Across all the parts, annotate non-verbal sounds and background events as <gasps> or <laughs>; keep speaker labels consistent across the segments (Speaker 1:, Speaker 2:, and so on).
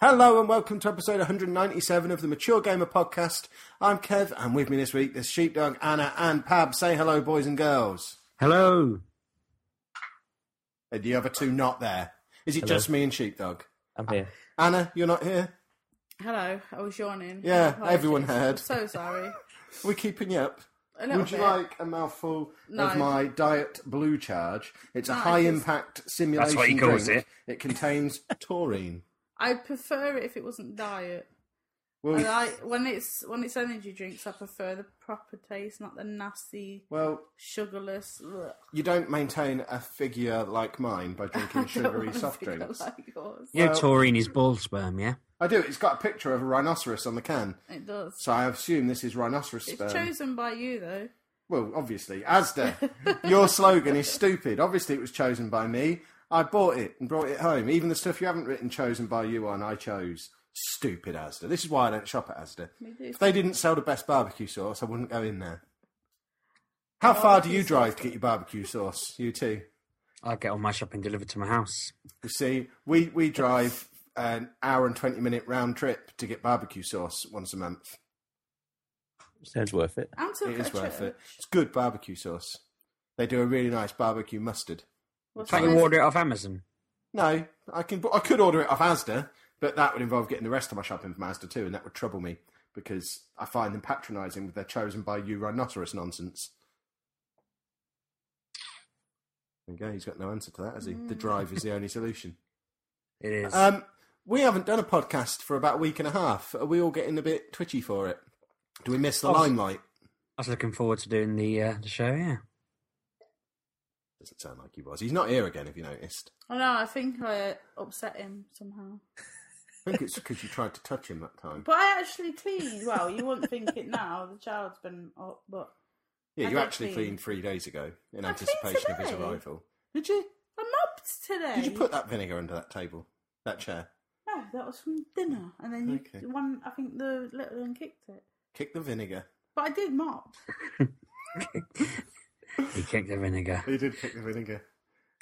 Speaker 1: Hello and welcome to episode 197 of the Mature Gamer Podcast. I'm Kev, and with me this week there's Sheepdog, Anna, and Pab. Say hello, boys and girls.
Speaker 2: Hello.
Speaker 1: And the other two not there. Is it
Speaker 2: Hello.
Speaker 1: just me and Sheepdog?
Speaker 2: I'm here.
Speaker 1: Anna, you're not here.
Speaker 3: Hello, I was yawning.
Speaker 1: Yeah,
Speaker 3: Apologies.
Speaker 1: everyone heard.
Speaker 3: So sorry.
Speaker 1: Are we keeping you up? <laughs>
Speaker 3: A little
Speaker 1: Would you
Speaker 3: bit.
Speaker 1: like a mouthful
Speaker 3: No.
Speaker 1: of my Diet Blue Charge? It's a
Speaker 3: No,
Speaker 1: high
Speaker 3: it's-
Speaker 1: impact simulation
Speaker 4: That's what he calls
Speaker 1: drink. It
Speaker 3: <laughs>
Speaker 1: contains taurine.
Speaker 3: I'd prefer it if it wasn't diet.
Speaker 1: Well,
Speaker 3: And I, when it's when it's energy drinks, I prefer the proper taste, not the nasty,
Speaker 1: well,
Speaker 3: sugarless. <laughs> Blech.
Speaker 1: you don't maintain a figure like mine
Speaker 3: <laughs>
Speaker 1: by
Speaker 3: I
Speaker 1: drinking
Speaker 3: don't
Speaker 1: sugary
Speaker 3: wanna
Speaker 1: soft
Speaker 3: feel
Speaker 1: drinks.
Speaker 3: Like yours.
Speaker 2: You know
Speaker 1: Well-
Speaker 2: taurine is ball sperm, yeah?
Speaker 1: I do. It's got a picture of a rhinoceros on the can.
Speaker 3: It does.
Speaker 1: So I assume this is rhinoceros
Speaker 3: It's
Speaker 1: sperm.
Speaker 3: chosen by you though.
Speaker 1: Well, obviously, Asda.
Speaker 3: <laughs>
Speaker 1: your slogan is stupid. Obviously, it was chosen by me. I bought it and brought it home. Even the stuff you haven't written chosen by you on, I chose. Stupid Asda. This is why I don't shop at Asda.
Speaker 3: Me do.
Speaker 1: If they didn't sell the best barbecue sauce, I wouldn't go in there. How far do you drive to get your barbecue sauce? You two.
Speaker 2: I get all my shopping delivered to my house.
Speaker 1: You see, we we drive an hour and twenty minute round trip to get barbecue sauce once a month.
Speaker 4: Sounds worth it.
Speaker 3: I'm talking
Speaker 1: It is worth it.
Speaker 3: church.
Speaker 1: It's good barbecue sauce. They do a really nice barbecue mustard.
Speaker 3: What's
Speaker 2: Can't you
Speaker 3: this?
Speaker 2: order it off Amazon?
Speaker 1: No, I can. I could order it off ASDA, but that would involve getting the rest of my shopping from ASDA too, and that would trouble me because I find them patronising with their chosen by you rhinoceros nonsense. There you go. He's got no answer to that, has he? The drive is the only solution.
Speaker 2: It is.
Speaker 1: Um, we haven't done a podcast for about a week and a half. Are we all getting a bit twitchy for it? Do we miss the
Speaker 2: Oh.
Speaker 1: limelight?
Speaker 2: I was looking forward to doing the uh, the show, yeah.
Speaker 1: Doesn't sound like he was. He's not here again. If you noticed,
Speaker 3: Oh no, I think I upset him somehow.
Speaker 1: I think it's because you tried to touch him that time.
Speaker 3: But I actually cleaned. Well, you wouldn't think it now. The child's been up, but
Speaker 1: Yeah,
Speaker 3: I
Speaker 1: you
Speaker 3: did
Speaker 1: actually
Speaker 3: clean.
Speaker 1: cleaned three days ago in
Speaker 3: I cleaned
Speaker 1: anticipation of his
Speaker 3: today.
Speaker 1: arrival. Did you?
Speaker 3: I mopped today.
Speaker 1: Did you put that vinegar under that table, that chair?
Speaker 3: No, Oh, that was from dinner, and then you
Speaker 1: Okay.
Speaker 3: one. I think the little one kicked it,
Speaker 1: Kick the vinegar.
Speaker 3: but I did mop.
Speaker 2: He kicked the vinegar.
Speaker 4: Um,
Speaker 1: He did kick the vinegar.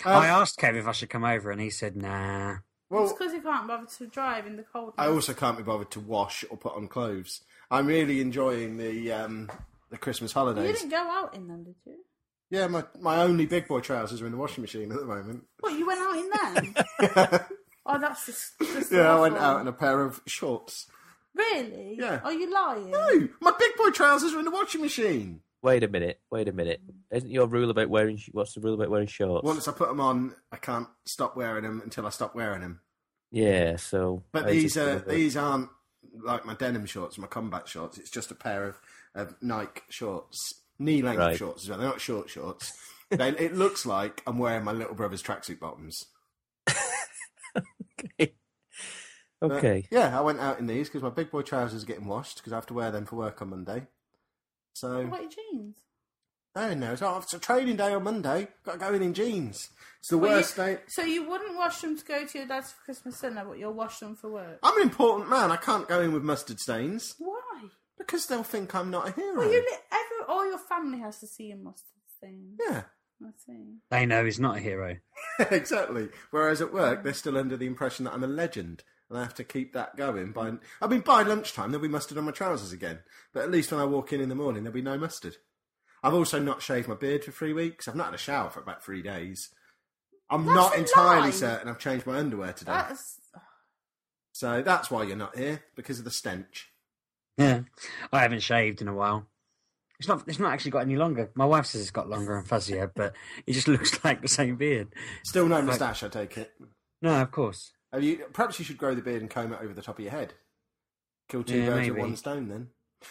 Speaker 1: Um,
Speaker 2: I asked Kev if I should come over, and he said, nah.
Speaker 3: It's
Speaker 1: Well,
Speaker 3: because you can't bother to drive in the cold.
Speaker 1: I
Speaker 3: now.
Speaker 1: also can't be bothered to wash or put on clothes. I'm really enjoying the um, the Christmas
Speaker 3: you
Speaker 1: holidays.
Speaker 3: didn't go out in them, did you?
Speaker 1: Yeah, my my only big boy trousers are in the washing machine at the moment.
Speaker 3: What you went out in
Speaker 1: <laughs>
Speaker 3: them? oh, that's just, just
Speaker 1: yeah, I
Speaker 3: awful.
Speaker 1: went out in a pair of shorts.
Speaker 3: Really?
Speaker 1: Yeah.
Speaker 3: Are you lying?
Speaker 1: No, my big boy trousers are in the washing machine.
Speaker 4: Wait a minute. Wait a minute. Isn't your rule about wearing sh- what's the rule about wearing shorts?
Speaker 1: Once I put them on, I can't stop wearing them until I stop wearing them.
Speaker 4: yeah. So,
Speaker 1: But
Speaker 4: I
Speaker 1: these
Speaker 4: just-
Speaker 1: are these aren't like my denim shorts, my combat shorts. It's just a pair of, of Nike shorts, knee length
Speaker 4: Right.
Speaker 1: shorts as well. They're not short shorts.
Speaker 4: <laughs>
Speaker 1: they, it looks like I'm wearing my little brother's tracksuit bottoms. But,
Speaker 4: Okay.
Speaker 1: yeah, I went out in these because my big boy trousers are getting washed because I have to wear them for work on Monday. So
Speaker 3: What your jeans?
Speaker 1: I don't know. It's, oh, it's a training day on Monday. Got to go in in jeans. It's the
Speaker 3: Well, you-
Speaker 1: worst day.
Speaker 3: So you wouldn't wash them to go to your dad's for Christmas dinner, but you'll wash them for work.
Speaker 1: I'm an important man. I can't go in with mustard stains
Speaker 3: Why?
Speaker 1: because they'll think I'm not a hero.
Speaker 3: Well, you li- every all your family has to see your mustard stain.
Speaker 1: yeah.
Speaker 3: I see.
Speaker 2: They know he's not a hero. <laughs>
Speaker 1: <laughs> exactly. Whereas at work, they're still under the impression that I'm a legend, and I have to keep that going. By I mean, by lunchtime, there'll be mustard on my trousers again. But at least when I walk in in the morning, there'll be no mustard. I've also not shaved my beard for three weeks. I've not had a shower for about three days. I'm
Speaker 3: That's
Speaker 1: not
Speaker 3: a
Speaker 1: entirely
Speaker 3: lie.
Speaker 1: certain I've changed my underwear today.
Speaker 3: <laughs> That's
Speaker 1: So that's why you're not here because of the stench.
Speaker 2: Yeah. I haven't shaved in a while. It's not. It's not actually got any longer. My wife says it's got longer and fuzzier, but it just <laughs> looks like the same beard.
Speaker 1: Still no moustache, I take it.
Speaker 2: No, of course.
Speaker 1: Have you, perhaps you should grow the beard and comb it over the top of your head. Kill two
Speaker 2: Yeah,
Speaker 1: birds with
Speaker 2: maybe.
Speaker 1: one stone, then.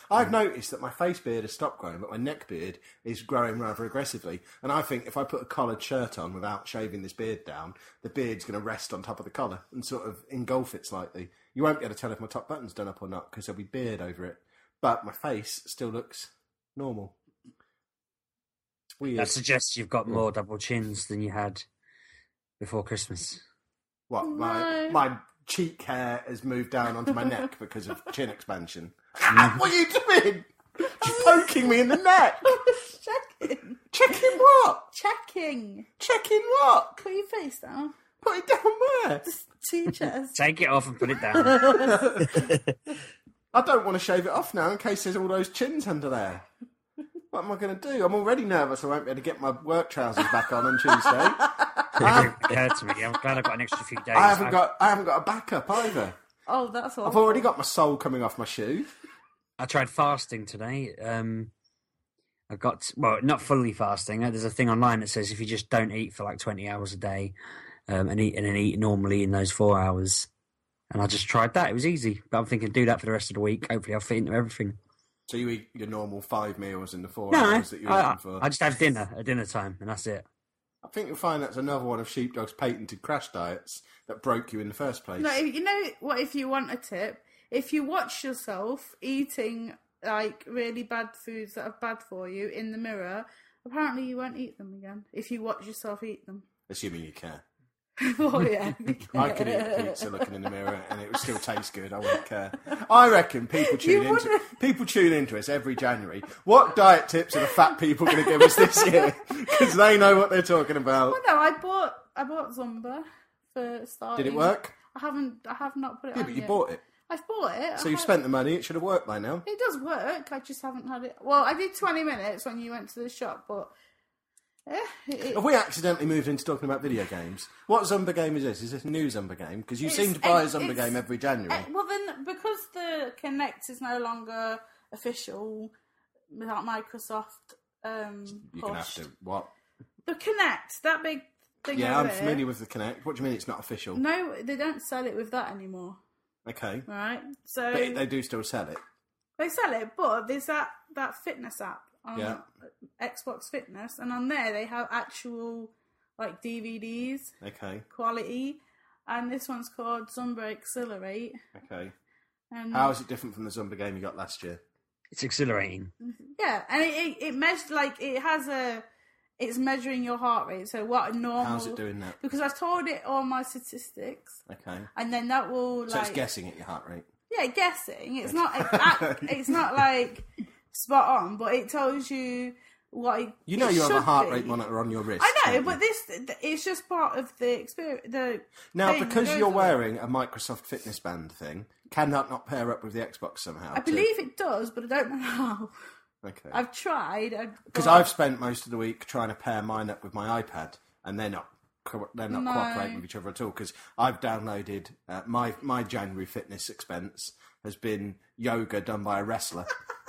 Speaker 1: I've noticed that my face beard has stopped growing, but my neck beard is growing rather aggressively. And I think if I put a collared shirt on without shaving this beard down, the beard's going to rest on top of the collar and sort of engulf it slightly. You won't be able to tell if my top button's done up or not because there'll be beard over it. But my face still looks normal. It's weird.
Speaker 2: That suggests you've got more double chins than you had before Christmas.
Speaker 1: What my
Speaker 3: No.
Speaker 1: my cheek hair has moved down onto my
Speaker 2: <laughs>
Speaker 1: neck because of chin expansion.
Speaker 2: Mm-hmm.
Speaker 1: what are you doing? You're poking me in the neck.
Speaker 3: checking.
Speaker 1: Checking what?
Speaker 3: Checking.
Speaker 1: Checking what?
Speaker 3: Put your face down.
Speaker 1: Put it down where? <laughs>
Speaker 3: Two chairs.
Speaker 2: Take it off and put it down.
Speaker 1: I don't want to shave it off now in case there's all those chins under there. What am I going to do? I'm already nervous. I won't be able to get my work trousers back on on
Speaker 2: <laughs>
Speaker 1: Tuesday.
Speaker 2: it occurred to me. I'm glad I've got an extra few days.
Speaker 1: I haven't got. I haven't got a backup either.
Speaker 3: Oh, that's all.
Speaker 1: I've already got my soul coming off my shoe.
Speaker 2: I tried fasting today. Um, I got well, not fully fasting. Uh, There's a thing online that says if you just don't eat for like 20 hours a day, um, and eat and then eat normally in those four hours, and I just tried that. It was easy, but I'm thinking do that for the rest of the week. Hopefully, I'll fit into everything.
Speaker 1: So you eat your normal five meals in the four
Speaker 2: No,
Speaker 1: hours that you're
Speaker 2: I,
Speaker 1: eating for.
Speaker 2: I just have dinner at dinner time, and that's it.
Speaker 1: I think you'll find that's another one of Sheepdog's patented crash diets that broke you in the first place.
Speaker 3: No, if- you know what? If you want a tip, if you watch yourself eating like really bad foods that are bad for you in the mirror, apparently you won't eat them again. If you watch yourself eat them. <laughs>
Speaker 1: Assuming you care. <laughs>
Speaker 3: oh yeah.
Speaker 1: I could eat a pizza looking in the mirror and it would still taste good. I wouldn't care. I reckon people tune
Speaker 3: You
Speaker 1: into
Speaker 3: wouldn't.
Speaker 1: people tune into us every January. What diet tips are the fat people going to give us this year?
Speaker 3: <laughs>
Speaker 1: Because they know what they're talking about.
Speaker 3: Well, <laughs> no, I bought I bought Zumba for starting.
Speaker 1: Did it work?
Speaker 3: I haven't. I have not put it.
Speaker 1: Yeah,
Speaker 3: on
Speaker 1: but you
Speaker 3: yet.
Speaker 1: bought it,
Speaker 3: I've bought it.
Speaker 1: so
Speaker 3: Oh, I
Speaker 1: you've
Speaker 3: have-
Speaker 1: spent the money. It should have worked by now.
Speaker 3: It does work. I just haven't had it. Well, I did twenty minutes when you went to the shop, but eh, it,
Speaker 1: Have we accidentally moved into talking about video games? What Zumba game is this? Is this a new Zumba game? Because you
Speaker 3: It's-
Speaker 1: seem to buy a
Speaker 3: it-
Speaker 1: Zumba
Speaker 3: it's-
Speaker 1: game every January.
Speaker 3: Eh, well, then because the Connect is no longer official without Microsoft. Um,
Speaker 1: You're going to have
Speaker 3: pushed.
Speaker 1: to. What?
Speaker 3: The Connect, that big thing.
Speaker 1: Yeah,
Speaker 3: over
Speaker 1: I'm
Speaker 3: there.
Speaker 1: familiar with the Connect. What do you mean it's not official?
Speaker 3: No, they don't sell it with that anymore.
Speaker 1: Okay.
Speaker 3: Right, so
Speaker 1: But they do still sell it.
Speaker 3: They sell it, but there's that that fitness app on
Speaker 1: Yeah.
Speaker 3: Xbox Fitness, and on there they have actual like DVDs
Speaker 1: Okay.
Speaker 3: quality, and this one's called Zumba Accelerate.
Speaker 1: Okay.
Speaker 3: And
Speaker 1: How is it different from the Zumba game you got last year?
Speaker 2: It's exhilarating.
Speaker 3: yeah, and it it, it measures like it has a it's measuring your heart rate. So what a normal?
Speaker 1: How's it doing that?
Speaker 3: Because I've told it all my statistics,
Speaker 1: Okay.
Speaker 3: and then that will like
Speaker 1: So it's guessing at your heart rate.
Speaker 3: yeah, guessing.
Speaker 1: <laughs>
Speaker 3: It's not exact, it's not like spot on, but it tells you what it,
Speaker 1: You know
Speaker 3: it
Speaker 1: you have a
Speaker 3: should
Speaker 1: heart
Speaker 3: be.
Speaker 1: rate monitor on your wrist.
Speaker 3: I know,
Speaker 1: don't
Speaker 3: but
Speaker 1: you?
Speaker 3: this th- it's just part of the experience. The
Speaker 1: now
Speaker 3: thing that
Speaker 1: because
Speaker 3: goes
Speaker 1: you're
Speaker 3: on.
Speaker 1: wearing a Microsoft Fitness Band thing, can that not pair up with the Xbox somehow?
Speaker 3: I believe it does, but I don't know how.
Speaker 1: Okay.
Speaker 3: I've tried
Speaker 1: Because I've spent most of the week trying to pair mine up with my iPad, and they're not co- they're not
Speaker 3: No.
Speaker 1: cooperating with each other at all. Because I've downloaded uh, my my January fitness expense has been yoga done by a wrestler.
Speaker 3: <laughs>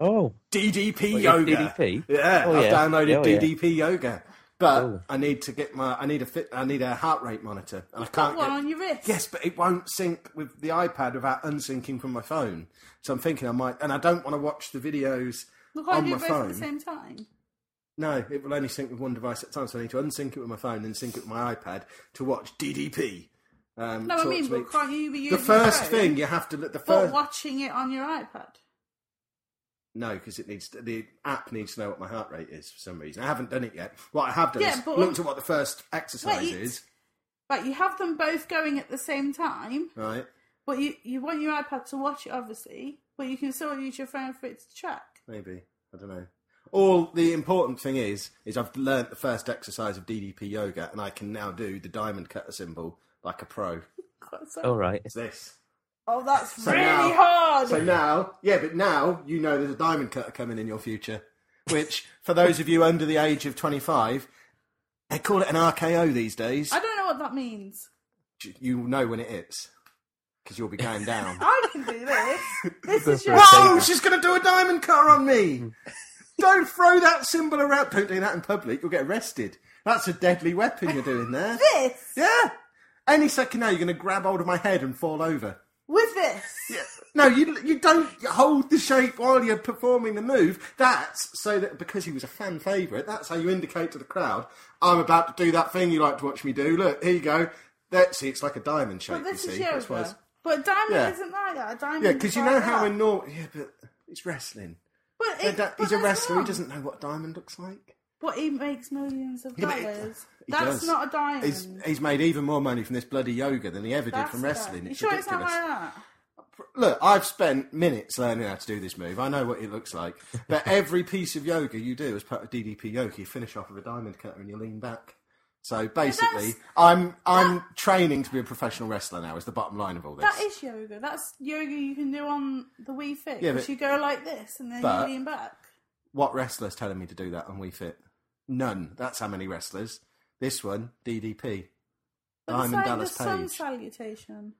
Speaker 4: Oh,
Speaker 1: DDP
Speaker 4: What,
Speaker 1: yoga.
Speaker 4: DDP?
Speaker 1: Yeah,
Speaker 4: Oh,
Speaker 1: I've
Speaker 4: yeah.
Speaker 1: downloaded
Speaker 4: Oh, yeah.
Speaker 1: DDP yoga, but
Speaker 3: Oh.
Speaker 4: Cool.
Speaker 1: I need to get my I need a fit I need a heart rate monitor, and I
Speaker 3: got
Speaker 1: can't
Speaker 3: one
Speaker 1: get.
Speaker 3: on your wrist.
Speaker 1: Yes, but it won't sync with the iPad without unsyncing from my phone. So I'm thinking I might, and I don't want to watch the videos
Speaker 3: we can't
Speaker 1: on
Speaker 3: do
Speaker 1: my
Speaker 3: both at
Speaker 1: phone.
Speaker 3: the same time.
Speaker 1: No, it will only sync with one device at a time, so I need to unsync it with my phone and sync it with my iPad to watch DDP. Um,
Speaker 3: No, I
Speaker 1: talk
Speaker 3: mean,
Speaker 1: to me.
Speaker 3: but can't you be using
Speaker 1: the first
Speaker 3: your phone,
Speaker 1: thing you have to look the
Speaker 3: but
Speaker 1: first.
Speaker 3: watching it on your iPad?
Speaker 1: No, because it needs the app needs to know what my heart rate is for some reason. I haven't done it yet. What I have done
Speaker 3: Yeah,
Speaker 1: is
Speaker 3: but-
Speaker 1: looked at what the first exercise
Speaker 3: Wait.
Speaker 1: is.
Speaker 3: Like you have them both going at the same time,
Speaker 1: Right?
Speaker 3: but you you want your iPad to watch it, obviously, but you can still use your phone for it to track.
Speaker 1: Maybe I don't know. All the important thing is is I've learnt the first exercise of DDP yoga, and I can now do the diamond cutter symbol like a pro.
Speaker 3: God, so-
Speaker 4: all right.
Speaker 1: It's this.
Speaker 3: Oh, that's
Speaker 1: So
Speaker 3: really
Speaker 1: now-
Speaker 3: hard.
Speaker 1: <laughs> So now, yeah, but now you know there's a diamond cutter coming in your future, which for those of you under the age of 25, they call it an RKO these days.
Speaker 3: I don't know what that means.
Speaker 1: You know when it hits because you'll be going down.
Speaker 3: I can do this. This is your.
Speaker 1: <laughs>
Speaker 3: Oh,
Speaker 1: Whoa, she's going to do a diamond cutter on me. <laughs> Don't throw that symbol around. Don't do that in public. You'll get arrested. That's a deadly weapon you're doing <laughs> there.
Speaker 3: This
Speaker 1: Yeah. Any second now, you're going to grab hold of my head and fall over.
Speaker 3: with this.
Speaker 1: No, you you don't hold the shape while you're performing the move. That's so that because he was a fan favourite, that's how you indicate to the crowd, I'm about to do that thing you like to watch me do. Look, here you go. That's see, it's like a diamond shape.
Speaker 3: But this
Speaker 1: you
Speaker 3: is
Speaker 1: see, That's why
Speaker 3: yoga.
Speaker 1: it's-
Speaker 3: But diamond
Speaker 1: Yeah.
Speaker 3: isn't like that. A diamond.
Speaker 1: yeah,
Speaker 3: is
Speaker 1: because you
Speaker 3: like
Speaker 1: know how
Speaker 3: that.
Speaker 1: in normal, yeah, but it's wrestling.
Speaker 3: But
Speaker 1: No,
Speaker 3: it,
Speaker 1: da-
Speaker 3: but
Speaker 1: he's a
Speaker 3: that's
Speaker 1: wrestler.
Speaker 3: wrong.
Speaker 1: He doesn't know what a diamond looks like.
Speaker 3: But he makes millions of
Speaker 1: Yeah, but it-
Speaker 3: dollars.
Speaker 1: he
Speaker 3: that's
Speaker 1: does.
Speaker 3: not a diamond.
Speaker 1: He's, he's made even more money from this bloody yoga than he ever
Speaker 3: that's
Speaker 1: did from
Speaker 3: a
Speaker 1: wrestling.
Speaker 3: diamond.
Speaker 1: It's
Speaker 3: you sure it's not
Speaker 1: ridiculous.
Speaker 3: like that?
Speaker 1: Look, I've spent minutes learning how to do this move. I know what it looks like.
Speaker 3: <laughs>
Speaker 1: But every piece of yoga you do as part of DDP yoga, you finish off with a diamond cutter and you lean back. So
Speaker 3: that's-
Speaker 1: basically, I'm I'm training to be a professional wrestler now. Is the bottom line of all this?
Speaker 3: That is yoga. That's yoga you can do on the Wii Fit.
Speaker 1: Yeah,
Speaker 3: Because
Speaker 1: but-
Speaker 3: you go like this and then
Speaker 1: but-
Speaker 3: you lean back.
Speaker 1: what wrestler's telling me to do that on We Fit? None. That's how many wrestlers. This one, DDP.
Speaker 3: But
Speaker 1: I'm
Speaker 3: it's
Speaker 1: in
Speaker 3: like
Speaker 1: Dallas
Speaker 3: the sun
Speaker 1: Page.
Speaker 3: salutation.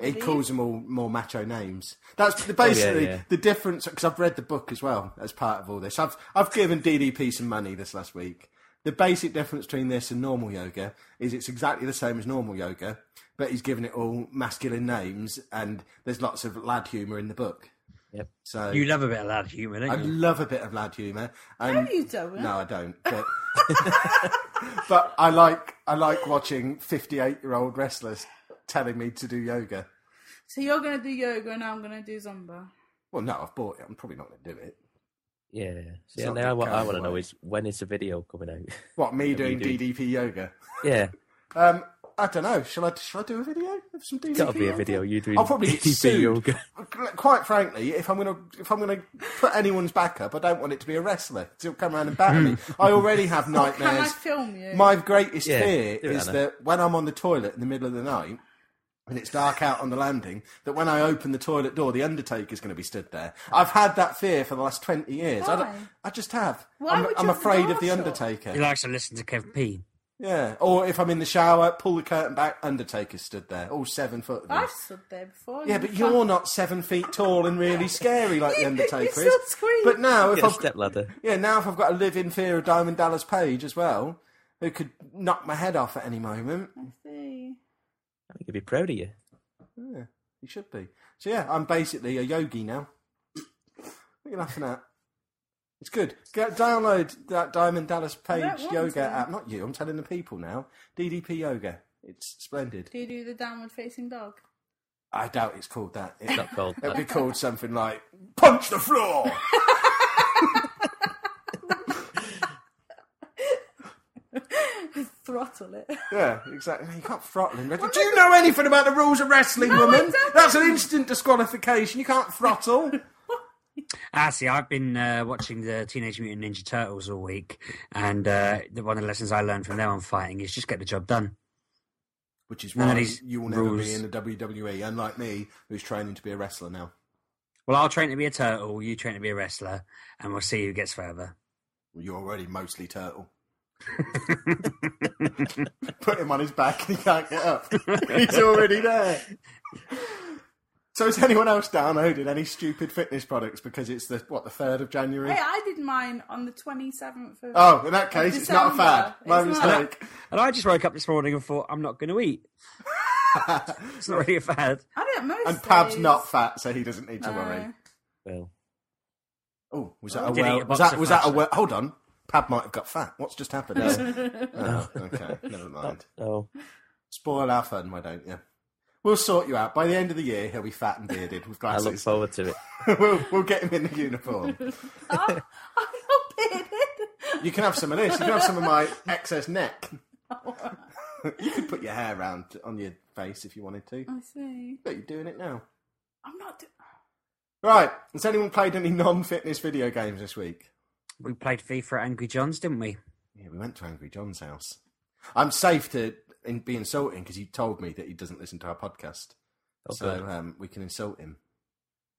Speaker 3: I
Speaker 1: He
Speaker 3: believe.
Speaker 1: calls them all more macho names. That's the- basically
Speaker 4: Oh, yeah.
Speaker 1: the difference. Because I've read the book as well as part of all this. I've I've given DDP some money this last week. The basic difference between this and normal yoga is it's exactly the same as normal yoga, but he's given it all masculine names, and there's lots of lad humour in the book.
Speaker 4: Yep.
Speaker 1: So
Speaker 2: You love a bit of lad humour,
Speaker 1: I
Speaker 2: don't you?
Speaker 1: love a bit of lad humour.
Speaker 3: No,
Speaker 1: and
Speaker 3: you don't.
Speaker 1: no, I don't. But, <laughs> but I like I like watching fifty-eight-year-old wrestlers telling me to do yoga.
Speaker 3: So you're going to do yoga and I'm going to do Zumba. <laughs>
Speaker 1: Well, no, I've bought it. I'm probably not going to do it.
Speaker 4: Yeah. See,
Speaker 1: not
Speaker 4: and now
Speaker 1: big
Speaker 4: what I
Speaker 1: cars,
Speaker 4: want to know
Speaker 1: like-
Speaker 4: is when is the video coming out? <laughs>
Speaker 1: What me doing
Speaker 4: you do.
Speaker 1: DDP yoga?
Speaker 4: yeah,
Speaker 1: Um, I don't know. Shall I? Shall I do a video of some DDP?
Speaker 4: gotta be a
Speaker 1: yoga?
Speaker 4: video. You doing
Speaker 1: I'll
Speaker 4: <laughs>
Speaker 1: probably get
Speaker 4: DDP
Speaker 1: sued. <laughs>
Speaker 4: yoga.
Speaker 1: Quite frankly, if I'm gonna if I'm gonna put anyone's back up, I don't want it to be a wrestler. He'll come around and batter me.
Speaker 4: Hmm.
Speaker 1: I already have
Speaker 3: Can <laughs> I
Speaker 1: nightmares.
Speaker 3: film you?
Speaker 1: My greatest
Speaker 4: Yeah,
Speaker 1: fear
Speaker 4: do it,
Speaker 1: is
Speaker 4: Anna.
Speaker 1: that when I'm on the toilet in the middle of the night and it's dark out on the landing, that when I open the toilet door, the Undertaker's going to be stood there. I've had that fear for the last 20 years. I, don't-
Speaker 3: Why?
Speaker 1: I just have.
Speaker 3: Why
Speaker 1: I'm,
Speaker 3: would you
Speaker 1: I'm
Speaker 3: have the
Speaker 1: afraid
Speaker 3: door
Speaker 1: of the
Speaker 3: shut?
Speaker 1: Undertaker.
Speaker 2: He likes to listen to Kevin P.
Speaker 1: yeah. Or if I'm in the shower, pull the curtain back, Undertaker's stood there, all seven foot. of him.
Speaker 3: I've stood there before.
Speaker 1: Yeah, but you're not seven feet tall and really scary
Speaker 3: <laughs>
Speaker 1: like the
Speaker 3: You- you
Speaker 1: Undertaker is.
Speaker 3: still scream.
Speaker 1: But now, if
Speaker 4: Get a
Speaker 1: I've,
Speaker 4: step ladder.
Speaker 1: yeah, now if I've got a live-in fear of Diamond Dallas Page as well, who could knock my head off at any moment,
Speaker 3: See.
Speaker 4: I think he'd be proud of you.
Speaker 1: Yeah, you should be. So yeah, I'm basically a yogi now. What are you laughing at? It's good. Go download that Diamond Dallas Page
Speaker 3: want
Speaker 1: yoga
Speaker 3: to.
Speaker 1: app. Not you. I'm telling the people now. DDP Yoga. It's splendid.
Speaker 3: Do you do the downward facing dog? <laughs>
Speaker 1: I doubt it's called that. It,
Speaker 4: <laughs>
Speaker 1: <laughs>
Speaker 4: Not called.
Speaker 1: it'll
Speaker 4: that.
Speaker 1: be called something like Punch the Floor.
Speaker 3: Throttle it.
Speaker 1: yeah, exactly. You can't throttle him. Do you know anything about the rules of wrestling,
Speaker 3: No, I
Speaker 1: woman?
Speaker 3: don't.
Speaker 1: That's an instant disqualification. You can't throttle.
Speaker 2: Ah, see, I've been uh, watching the Teenage Mutant Ninja Turtles all week, and uh, the- one of the lessons I learned from them on fighting is just get the job done.
Speaker 1: Which is
Speaker 2: None of
Speaker 1: why
Speaker 2: these
Speaker 1: you will never
Speaker 2: rules.
Speaker 1: be in the WWE, unlike me, who's training to be a wrestler now.
Speaker 2: Well, I'll train to be a turtle, you train to be a wrestler, and we'll see who gets further.
Speaker 1: Well, You're already mostly
Speaker 2: <laughs>
Speaker 1: turtle. <laughs> Put him on his back and he can't get up. He's already there. So has anyone else downloaded any stupid fitness products because it's the what the third of January?
Speaker 3: Hey, I did mine on the 27th of.
Speaker 1: Oh, in that case, it's not a fad.
Speaker 3: December.
Speaker 1: My
Speaker 3: It's not.
Speaker 1: mistake.
Speaker 2: And I just woke up this morning and thought, I'm not going to eat.
Speaker 3: <laughs>
Speaker 2: it's not really a fad.
Speaker 3: I don't know.
Speaker 1: <laughs> And Pab's not fat, so he doesn't need to worry.
Speaker 3: Uh.
Speaker 4: Well,
Speaker 1: Oh, was that a
Speaker 2: Did he eat
Speaker 1: well?
Speaker 2: a
Speaker 1: Was
Speaker 2: box
Speaker 1: that
Speaker 2: of
Speaker 1: was that a
Speaker 2: fudge?
Speaker 1: well? Hold on, Pab might have got fat. What's just
Speaker 3: <laughs>
Speaker 1: happened? oh, okay, never mind.
Speaker 4: oh,
Speaker 1: Spoil our fun, why don't you? We'll sort you out. By the end of the year, he'll be fat and bearded with
Speaker 4: I look
Speaker 1: glasses.
Speaker 4: forward to it.
Speaker 1: <laughs> we'll, we'll get him in the uniform.
Speaker 3: uh, I'm <laughs> not bearded.
Speaker 1: You can have some of this. You can have some of my excess neck. <laughs> you could put your hair round on your face if you wanted to.
Speaker 3: I see.
Speaker 1: But you're doing it now.
Speaker 3: I'm not. Do-
Speaker 1: Right. Has anyone played any non-fitness video games this week?
Speaker 2: We played FIFA at Angry John's, didn't we?
Speaker 1: Yeah, we went to Angry John's house. I'm safe to in, be insulting because he told me that he doesn't listen to our podcast,
Speaker 4: Oh,
Speaker 1: so
Speaker 4: good.
Speaker 1: um, we can insult him.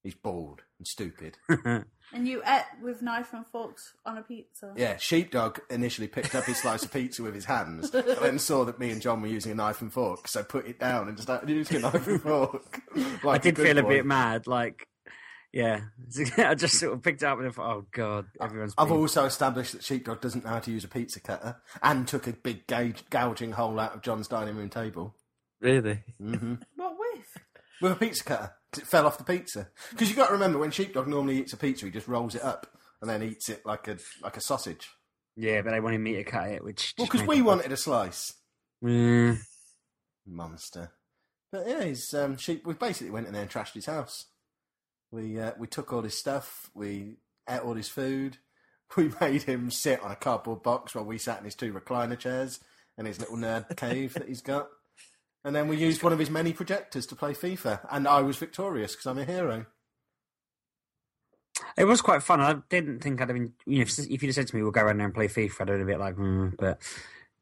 Speaker 1: He's bald and stupid.
Speaker 3: and you ate with knife and forks on a pizza.
Speaker 1: Yeah, Sheepdog initially picked up his slice of pizza with his
Speaker 2: <laughs>
Speaker 1: hands, and then saw that me and John were using a knife and fork, so put it down and started using a knife and
Speaker 2: <laughs>
Speaker 1: fork.
Speaker 2: I
Speaker 1: Like
Speaker 2: did
Speaker 1: good
Speaker 2: feel a
Speaker 1: boy.
Speaker 2: bit mad, like, yeah. <laughs> I just sort of picked it up and I thought, oh, God, everyone's.
Speaker 1: I've
Speaker 2: been-
Speaker 1: also established that Sheepdog doesn't know how to use a pizza cutter, and took a big gauge, gouging hole out of John's dining room table Mm-hmm.
Speaker 4: Really?
Speaker 2: <laughs>
Speaker 3: What with?
Speaker 1: with a pizza cutter. 'cause It fell off the pizza because you got to remember when Sheepdog normally eats a pizza, he just rolls it up and then eats it like a like a sausage.
Speaker 2: Yeah, but they wanted me to cut it, which.
Speaker 1: Well,
Speaker 2: just
Speaker 1: because
Speaker 2: made
Speaker 1: we
Speaker 2: it-
Speaker 1: wanted a slice.
Speaker 2: Mm.
Speaker 1: monster. But yeah, his um, sheep. We basically went in there and trashed his house. We uh, we took all his stuff. We ate all his food. <laughs> We made him sit on a cardboard box while we sat in his two recliner chairs and his little
Speaker 3: <laughs>
Speaker 1: nerd cave that he's got. And then we used one of his many projectors to play FIFA, and I was victorious because I'm a hero.
Speaker 2: It was quite fun. I didn't think I'd have been. You know, if, if you'd have said to me, "We'll go around there and play FIFA," I'd have been a bit like, mm, but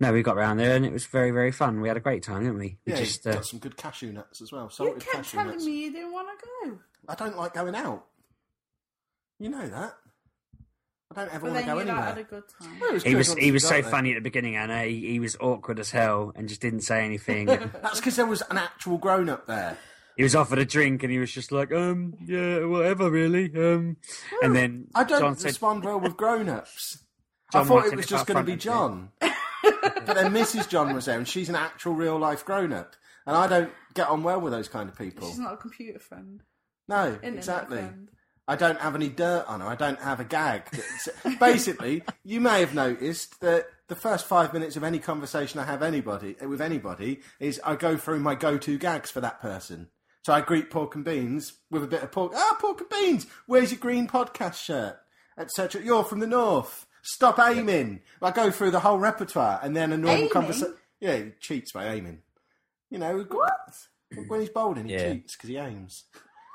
Speaker 2: No, we got round there and it was very, very fun. We had a great time, didn't we? We
Speaker 1: Yeah,
Speaker 2: just
Speaker 1: you've
Speaker 2: uh,
Speaker 1: got some good cashew nuts as well.
Speaker 3: You
Speaker 1: Salted
Speaker 3: kept
Speaker 1: cashew
Speaker 3: telling
Speaker 1: nuts.
Speaker 3: me you didn't want to go.
Speaker 1: I don't like going out. You know that. I don't ever
Speaker 3: But
Speaker 1: want to
Speaker 3: then you
Speaker 1: go
Speaker 3: like,
Speaker 1: anywhere.
Speaker 3: had a good time.
Speaker 1: Well, it
Speaker 2: he
Speaker 1: good
Speaker 2: was
Speaker 1: once
Speaker 2: he
Speaker 1: you
Speaker 2: was so
Speaker 1: got there.
Speaker 2: funny at the beginning, Anna. He, he was awkward as hell and just didn't say
Speaker 1: <laughs>
Speaker 2: anything.
Speaker 1: That's because there was an actual grown up there.
Speaker 2: he was offered a drink and he was just like, um, yeah, whatever, really. Um, and then
Speaker 1: I don't
Speaker 2: John said,
Speaker 1: respond well with grown ups. I
Speaker 2: John
Speaker 1: thought
Speaker 2: wanted
Speaker 1: it was
Speaker 2: to
Speaker 1: just
Speaker 2: cut
Speaker 1: going to be
Speaker 2: front
Speaker 1: John. <laughs> but then Mrs. John was there, and she's an actual real life grown up. And I don't get on well with those kind of people.
Speaker 3: She's not a computer friend.
Speaker 1: No,
Speaker 3: Internet
Speaker 1: exactly.
Speaker 3: friend.
Speaker 1: I don't have any dirt on her. I don't have a gag. That's- Basically, you may have noticed that the first five minutes of any conversation I have anybody with anybody is I go through my go-to gags for that person. So I greet pork and beans with a bit of pork. Ah, pork and beans. Where's your green podcast shirt? Etc. You're from the north. Stop aiming. I go through the whole repertoire and then a normal
Speaker 3: Aiming?
Speaker 1: conversation. Yeah, he cheats by aiming. You know what? When he's balding, he
Speaker 4: Yeah.
Speaker 1: cheats because he aims.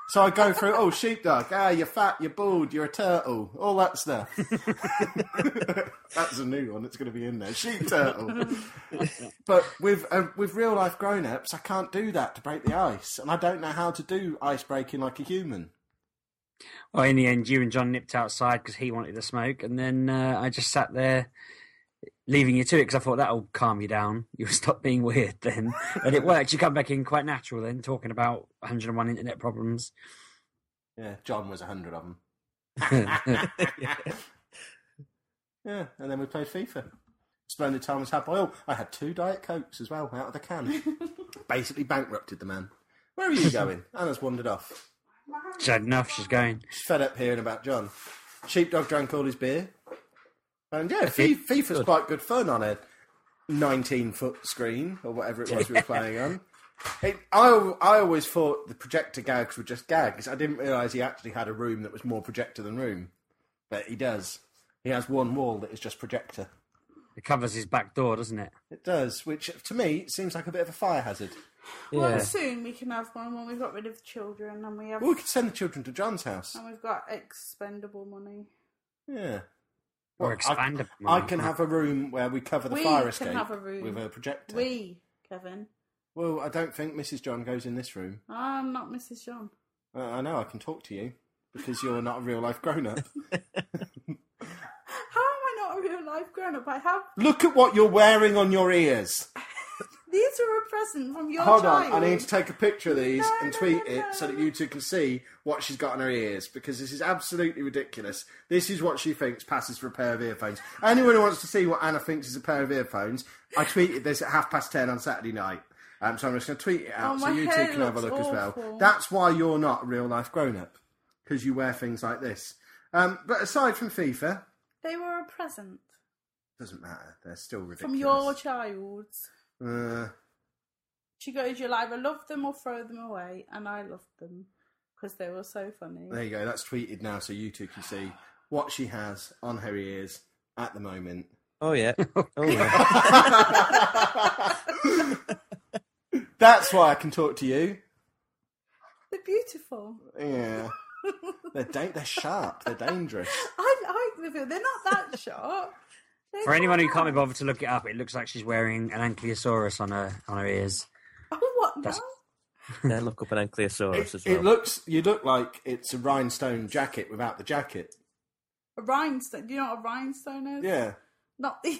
Speaker 1: So I go through, oh, sheepdog, ah, you're fat, you're bald, you're a turtle, all that stuff. <laughs> That's a new one that's going to be in there, sheep turtle. but with um, with real life grown ups, I can't do that to break the ice, and I don't know how to do ice breaking like a human.
Speaker 2: Well, in the end, you and John nipped outside because he wanted to smoke, and then uh, I just sat there, leaving you to it because I thought that'll calm you down. You'll <laughs> stop being weird then, and it worked. You come back in quite natural then, talking about 101 internet problems. <laughs>
Speaker 1: Yeah, John was a hundred of them.
Speaker 2: yeah,
Speaker 1: <laughs> Yeah, and then we played FIFA. Splendid time was had by all. I had two Diet Cokes as well out of the can. Basically bankrupted the man. Where are you going? Anna's wandered off.
Speaker 2: she had enough. She's going.
Speaker 1: She's fed up hearing about John. Sheepdog drank all his beer. And yeah, Fi FIFA's quite good fun on a 19 foot screen or whatever it was we were playing on. It, I, al- I always thought the projector gags were just gags. I didn't realise he actually had a room that was more projector than room. But he does. He has one wall that is just projector.
Speaker 2: It covers his back door, doesn't it?
Speaker 1: It does, which to me seems like a bit of a fire hazard.
Speaker 3: Well,
Speaker 4: Yeah.
Speaker 3: soon we can have one when we've got rid of the children and we have
Speaker 1: Well, we could send the children to John's house.
Speaker 3: and we've got expendable money.
Speaker 1: Yeah.
Speaker 2: Or
Speaker 1: Well, I-
Speaker 2: expand.
Speaker 1: I can have a room where we cover the
Speaker 3: We
Speaker 1: fire
Speaker 3: can
Speaker 1: escape
Speaker 3: have a room.
Speaker 1: with a projector.
Speaker 3: We, Kevin.
Speaker 1: Well, I don't think Mrs. John goes in this room.
Speaker 3: I'm not Mrs. John.
Speaker 1: Uh, I know I can talk to you because you're not a real life grown
Speaker 3: <laughs>
Speaker 1: up.
Speaker 3: How am I not a real life grown up? I have
Speaker 1: Look at what you're wearing on your ears.
Speaker 3: these are a present from your
Speaker 1: Hold
Speaker 3: child.
Speaker 1: on, I need to take a picture of these
Speaker 3: No,
Speaker 1: and
Speaker 3: no,
Speaker 1: tweet
Speaker 3: no,
Speaker 1: it
Speaker 3: no.
Speaker 1: so that you two can see what she's got on her ears because this is absolutely ridiculous. This is what she thinks passes for a pair of earphones. Anyone who wants to see what Anna thinks is a pair of earphones, I tweeted this at half past ten on Saturday night. Um, so I'm just going to tweet it out
Speaker 3: Oh,
Speaker 1: so
Speaker 3: my
Speaker 1: you two
Speaker 3: hair
Speaker 1: can have a
Speaker 3: looks
Speaker 1: look as well.
Speaker 3: awful.
Speaker 1: That's why you're not a real life grown up because you wear things like this. Um, but aside from FIFA,
Speaker 3: They were a present
Speaker 1: doesn't matter. They're still ridiculous.
Speaker 3: from your child.
Speaker 1: Uh,
Speaker 3: She goes, "You'll either love them or throw them away," and I loved them because they were so funny.
Speaker 1: There you go. That's tweeted now, so you two can see what she has on her ears at the moment.
Speaker 4: Oh yeah.
Speaker 1: <laughs>
Speaker 4: Oh yeah.
Speaker 1: That's why I can talk to you.
Speaker 3: They're beautiful.
Speaker 1: Yeah. They're da- they're sharp. They're dangerous.
Speaker 3: I like them. They're not
Speaker 1: <laughs>
Speaker 3: that sharp. They're
Speaker 2: For anyone who
Speaker 3: not-
Speaker 2: can't be bothered to look it up, it looks like she's wearing an ankylosaurus on her on her ears.
Speaker 3: <laughs> Oh, what now?
Speaker 4: then look up an ankylosaurus
Speaker 1: It,
Speaker 4: as
Speaker 1: it
Speaker 4: well.
Speaker 1: looks. You look like it's a rhinestone jacket without the jacket.
Speaker 3: A rhinestone. Do you know what a rhinestone is?
Speaker 1: Yeah.
Speaker 3: Not these.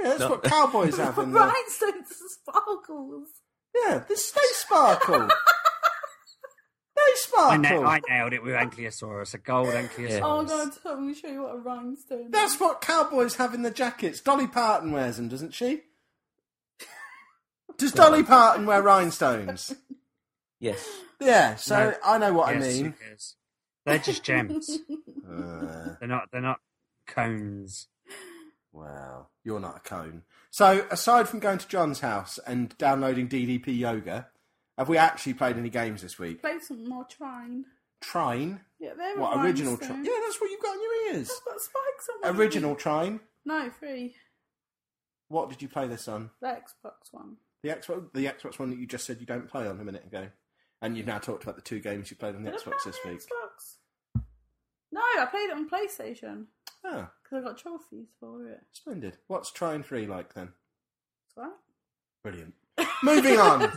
Speaker 1: Yeah, that's
Speaker 4: No.
Speaker 1: what cowboys
Speaker 3: <laughs>
Speaker 1: have in there.
Speaker 3: Rhinestones are sparkles.
Speaker 1: Yeah, this they sparkle. they
Speaker 2: I,
Speaker 1: sparkle.
Speaker 2: na- I nailed it with ankylosaurus, a gold ankylosaurus.
Speaker 3: Oh god, I'm going to show you what a rhinestone is.
Speaker 1: That's what cowboys have in their jackets. Dolly Parton wears them, doesn't she? Does Dolly Parton wear <laughs> rhinestones?
Speaker 4: Yes.
Speaker 1: Yeah, so
Speaker 2: No.
Speaker 1: I know what
Speaker 2: Yes,
Speaker 1: I mean.
Speaker 2: yes. They're just gems.
Speaker 1: Uh,
Speaker 2: They're not. They're not cones.
Speaker 1: wow, you're not a cone. So aside from going to John's house and downloading DDP Yoga, have we actually played any games this week?
Speaker 3: Play some more trine.
Speaker 1: Trine?
Speaker 3: Yeah, they're
Speaker 1: What
Speaker 3: a
Speaker 1: original
Speaker 3: rhinestone.
Speaker 1: trine? Yeah, that's what you've got in your ears.
Speaker 3: It's got spikes on one.
Speaker 1: Original trine.
Speaker 3: No, three.
Speaker 1: What did you play this on?
Speaker 3: The Xbox one.
Speaker 1: The Xbox, the Xbox one that you just said you don't play on a minute ago, and you've now talked about the two games you played on the
Speaker 3: Did I play
Speaker 1: Xbox this
Speaker 3: it on
Speaker 1: week.
Speaker 3: Xbox? No, I played it on PlayStation
Speaker 1: Ah,
Speaker 3: because I got trophies for it.
Speaker 1: splendid. What's Trine Three like then?
Speaker 3: right.
Speaker 1: Brilliant. <laughs> Moving on.
Speaker 3: no,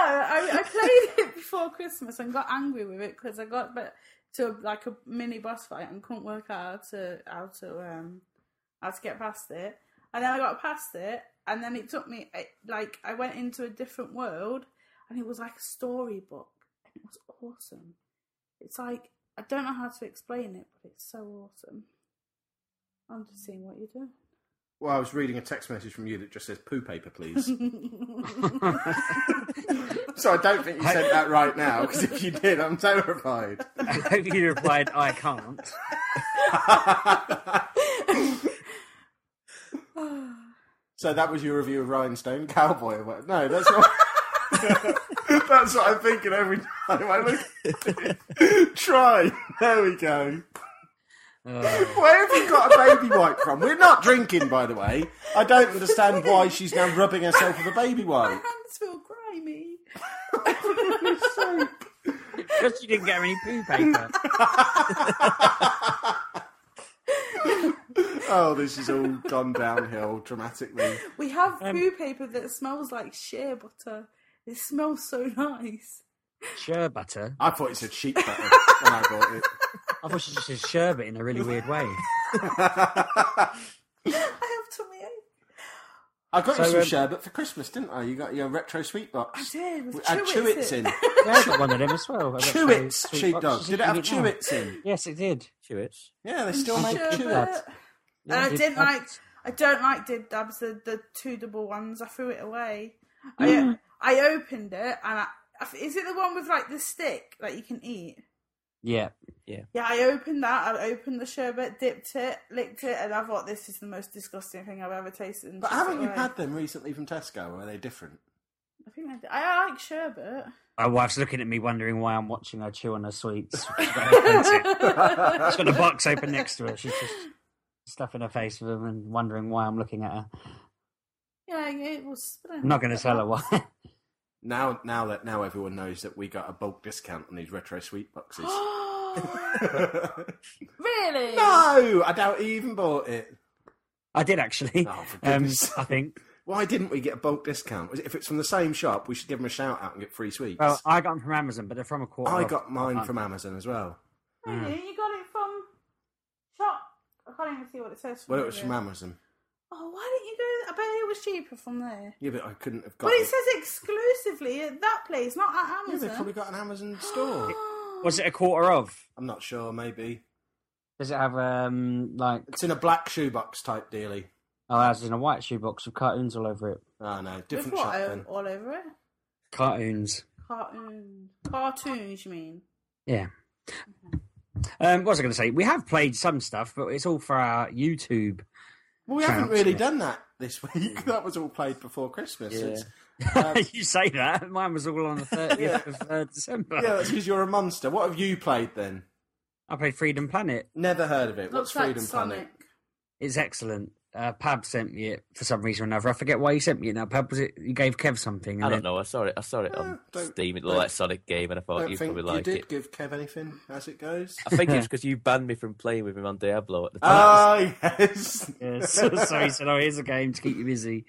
Speaker 3: I, I played it before Christmas and got angry with it because I got but to like a mini boss fight and couldn't work out how to how to um how to get past it. And then I got past it, and then it took me it, like I went into a different world, and it was like a storybook, and it was awesome. It's like I don't know how to explain it, but it's so awesome. I'm just seeing what you do.
Speaker 1: Well, I was reading a text message from you that just says poo paper, please. <laughs> so I don't think you said that right now, because if you did, I'm terrified.
Speaker 2: I hope <laughs> you replied, I can't.
Speaker 1: so that was your review of Rhinestone Cowboy. or what- No, that's not. <laughs> that's what I'm thinking every time I look. at it. Try. There we go.
Speaker 2: Uh,
Speaker 1: Where have you got a baby wipe from? We're not drinking, by the way. I don't understand why she's now rubbing herself with a baby
Speaker 3: My
Speaker 1: wipe.
Speaker 3: hands feel grimy.
Speaker 2: because you didn't get any poo paper.
Speaker 1: Oh, this has all gone downhill dramatically.
Speaker 3: We have
Speaker 2: Um,
Speaker 3: poo paper that smells like shea butter. It smells so nice.
Speaker 2: Shea butter.
Speaker 1: I thought it said sheep butter when I bought it.
Speaker 2: I thought she just said sherbet in a really weird way.
Speaker 1: <laughs>
Speaker 3: I have tummy ache.
Speaker 1: I got
Speaker 2: So,
Speaker 1: you some
Speaker 2: um,
Speaker 1: sherbet for Christmas, didn't I? You got your retro sweet box.
Speaker 3: I did, with
Speaker 1: Had
Speaker 3: Chewits
Speaker 1: Chewits
Speaker 3: <laughs> in.
Speaker 1: in.
Speaker 2: Yeah, I got one of them as well. I got
Speaker 1: Chewits,
Speaker 2: those sweet
Speaker 1: sheepdog.
Speaker 2: boxes.
Speaker 1: Did it
Speaker 2: You
Speaker 1: have
Speaker 2: eat now?
Speaker 1: Chewits in?
Speaker 2: Yes, it did.
Speaker 4: Chewits.
Speaker 1: Yeah, they still make
Speaker 2: Sherbet.
Speaker 1: Chewits.
Speaker 3: Sherbet.
Speaker 2: Yeah,
Speaker 3: And I
Speaker 2: it did.
Speaker 3: didn't
Speaker 2: I-
Speaker 3: like. I don't like dib dabs. The, the two double ones. I threw it away. I I opened it and I, I th- is it the one with like the stick that you can eat?
Speaker 2: Yeah.
Speaker 3: Yeah, I opened that. I opened the sherbet, dipped it, licked it, and I thought this is the most disgusting thing I've ever tasted. and
Speaker 1: But
Speaker 3: chucked it
Speaker 1: haven't you
Speaker 3: away.
Speaker 1: had them recently from Tesco? Or are they
Speaker 3: <laughs>
Speaker 1: different?
Speaker 3: I think I, did. I like sherbet.
Speaker 2: My wife's looking at me, wondering why I'm watching her chew on her sweets. She's
Speaker 1: <laughs>
Speaker 2: got, her pencil.
Speaker 3: <laughs>
Speaker 2: She's got a box open next to her. She's just stuffing her face with them and wondering why I'm looking at her.
Speaker 3: Yeah, it was.
Speaker 2: I'm not going to tell her why. <laughs>
Speaker 1: Now, now that now everyone knows that we got a bulk discount on these retro sweet
Speaker 3: <gasps>
Speaker 1: boxes.
Speaker 3: <gasps>
Speaker 1: <laughs>
Speaker 3: really?
Speaker 1: no, I doubt he even bought it.
Speaker 2: I did actually.
Speaker 1: Oh, for
Speaker 2: <laughs> um,
Speaker 1: goodness
Speaker 2: I think.
Speaker 1: Why didn't we get a bulk discount? Was it- If it's from the same shop, we should give them a shout out and get free sweets.
Speaker 2: Well, I got them from Amazon, but they're from a quarter.
Speaker 1: I
Speaker 2: off.
Speaker 1: got mine
Speaker 2: can't-
Speaker 1: from Amazon as well. Hmm.
Speaker 3: Really? You got it from shop? I can't even see what it says.
Speaker 1: Well, it was
Speaker 3: here.
Speaker 1: from Amazon.
Speaker 3: Oh, why didn't you go? I bet it was cheaper from there.
Speaker 1: Yeah, but I couldn't have got
Speaker 3: But it
Speaker 1: it.
Speaker 3: says exclusively at that place, not at
Speaker 1: Yeah,
Speaker 3: Amazon.
Speaker 1: they've probably got an
Speaker 3: <gasps>
Speaker 1: Amazon store.
Speaker 2: Was it a quarter of?
Speaker 1: I'm not sure, maybe.
Speaker 2: Does it have um like?
Speaker 1: It's in a black shoebox type dealy.
Speaker 2: Oh, it has in a white shoebox with cartoons all over it.
Speaker 1: Oh no,
Speaker 3: With
Speaker 1: different
Speaker 3: what
Speaker 1: shop
Speaker 3: o-
Speaker 1: then.
Speaker 3: all over it?
Speaker 2: Cartoons.
Speaker 3: Cartoons. Cartoons, you mean?
Speaker 2: Yeah. Um, what was I going to say? We have played some stuff, but it's all for our YouTube.
Speaker 1: Well, we haven't
Speaker 2: Trout,
Speaker 1: really
Speaker 2: yeah.
Speaker 1: done that this week. <laughs> That was all played before Christmas.
Speaker 4: Yeah.
Speaker 1: It's-
Speaker 2: <laughs> you say that. Mine was all on the <laughs> 30th of uh, December.
Speaker 1: yeah, that's because you're a monster. What have you played then?
Speaker 2: I played Freedom Planet.
Speaker 1: Never heard of it. What's
Speaker 3: Looks like
Speaker 1: Freedom
Speaker 3: Sonic.
Speaker 1: Planet?
Speaker 2: It's excellent. Uh, Pab sent me it for some reason or another. I forget why he sent me it now. Pab, was it you gave Kev something? and
Speaker 4: I
Speaker 2: then-
Speaker 4: don't know. I saw it. I saw it
Speaker 1: Uh,
Speaker 4: on
Speaker 1: don't-
Speaker 4: Steam. It
Speaker 1: don't-
Speaker 4: looked like Sonic game, and I
Speaker 1: I
Speaker 4: thought
Speaker 1: don't
Speaker 4: you'd
Speaker 1: think
Speaker 4: probably
Speaker 1: you
Speaker 4: like
Speaker 1: did
Speaker 4: it.
Speaker 1: give Kev anything as it
Speaker 4: <laughs>
Speaker 1: goes.
Speaker 4: I think
Speaker 1: <laughs>
Speaker 4: it's because you banned me from playing with him on Diablo at the time.
Speaker 1: Ah, yes. <laughs>
Speaker 2: <laughs> Yeah, so, so he said, oh, here's a game to keep you busy.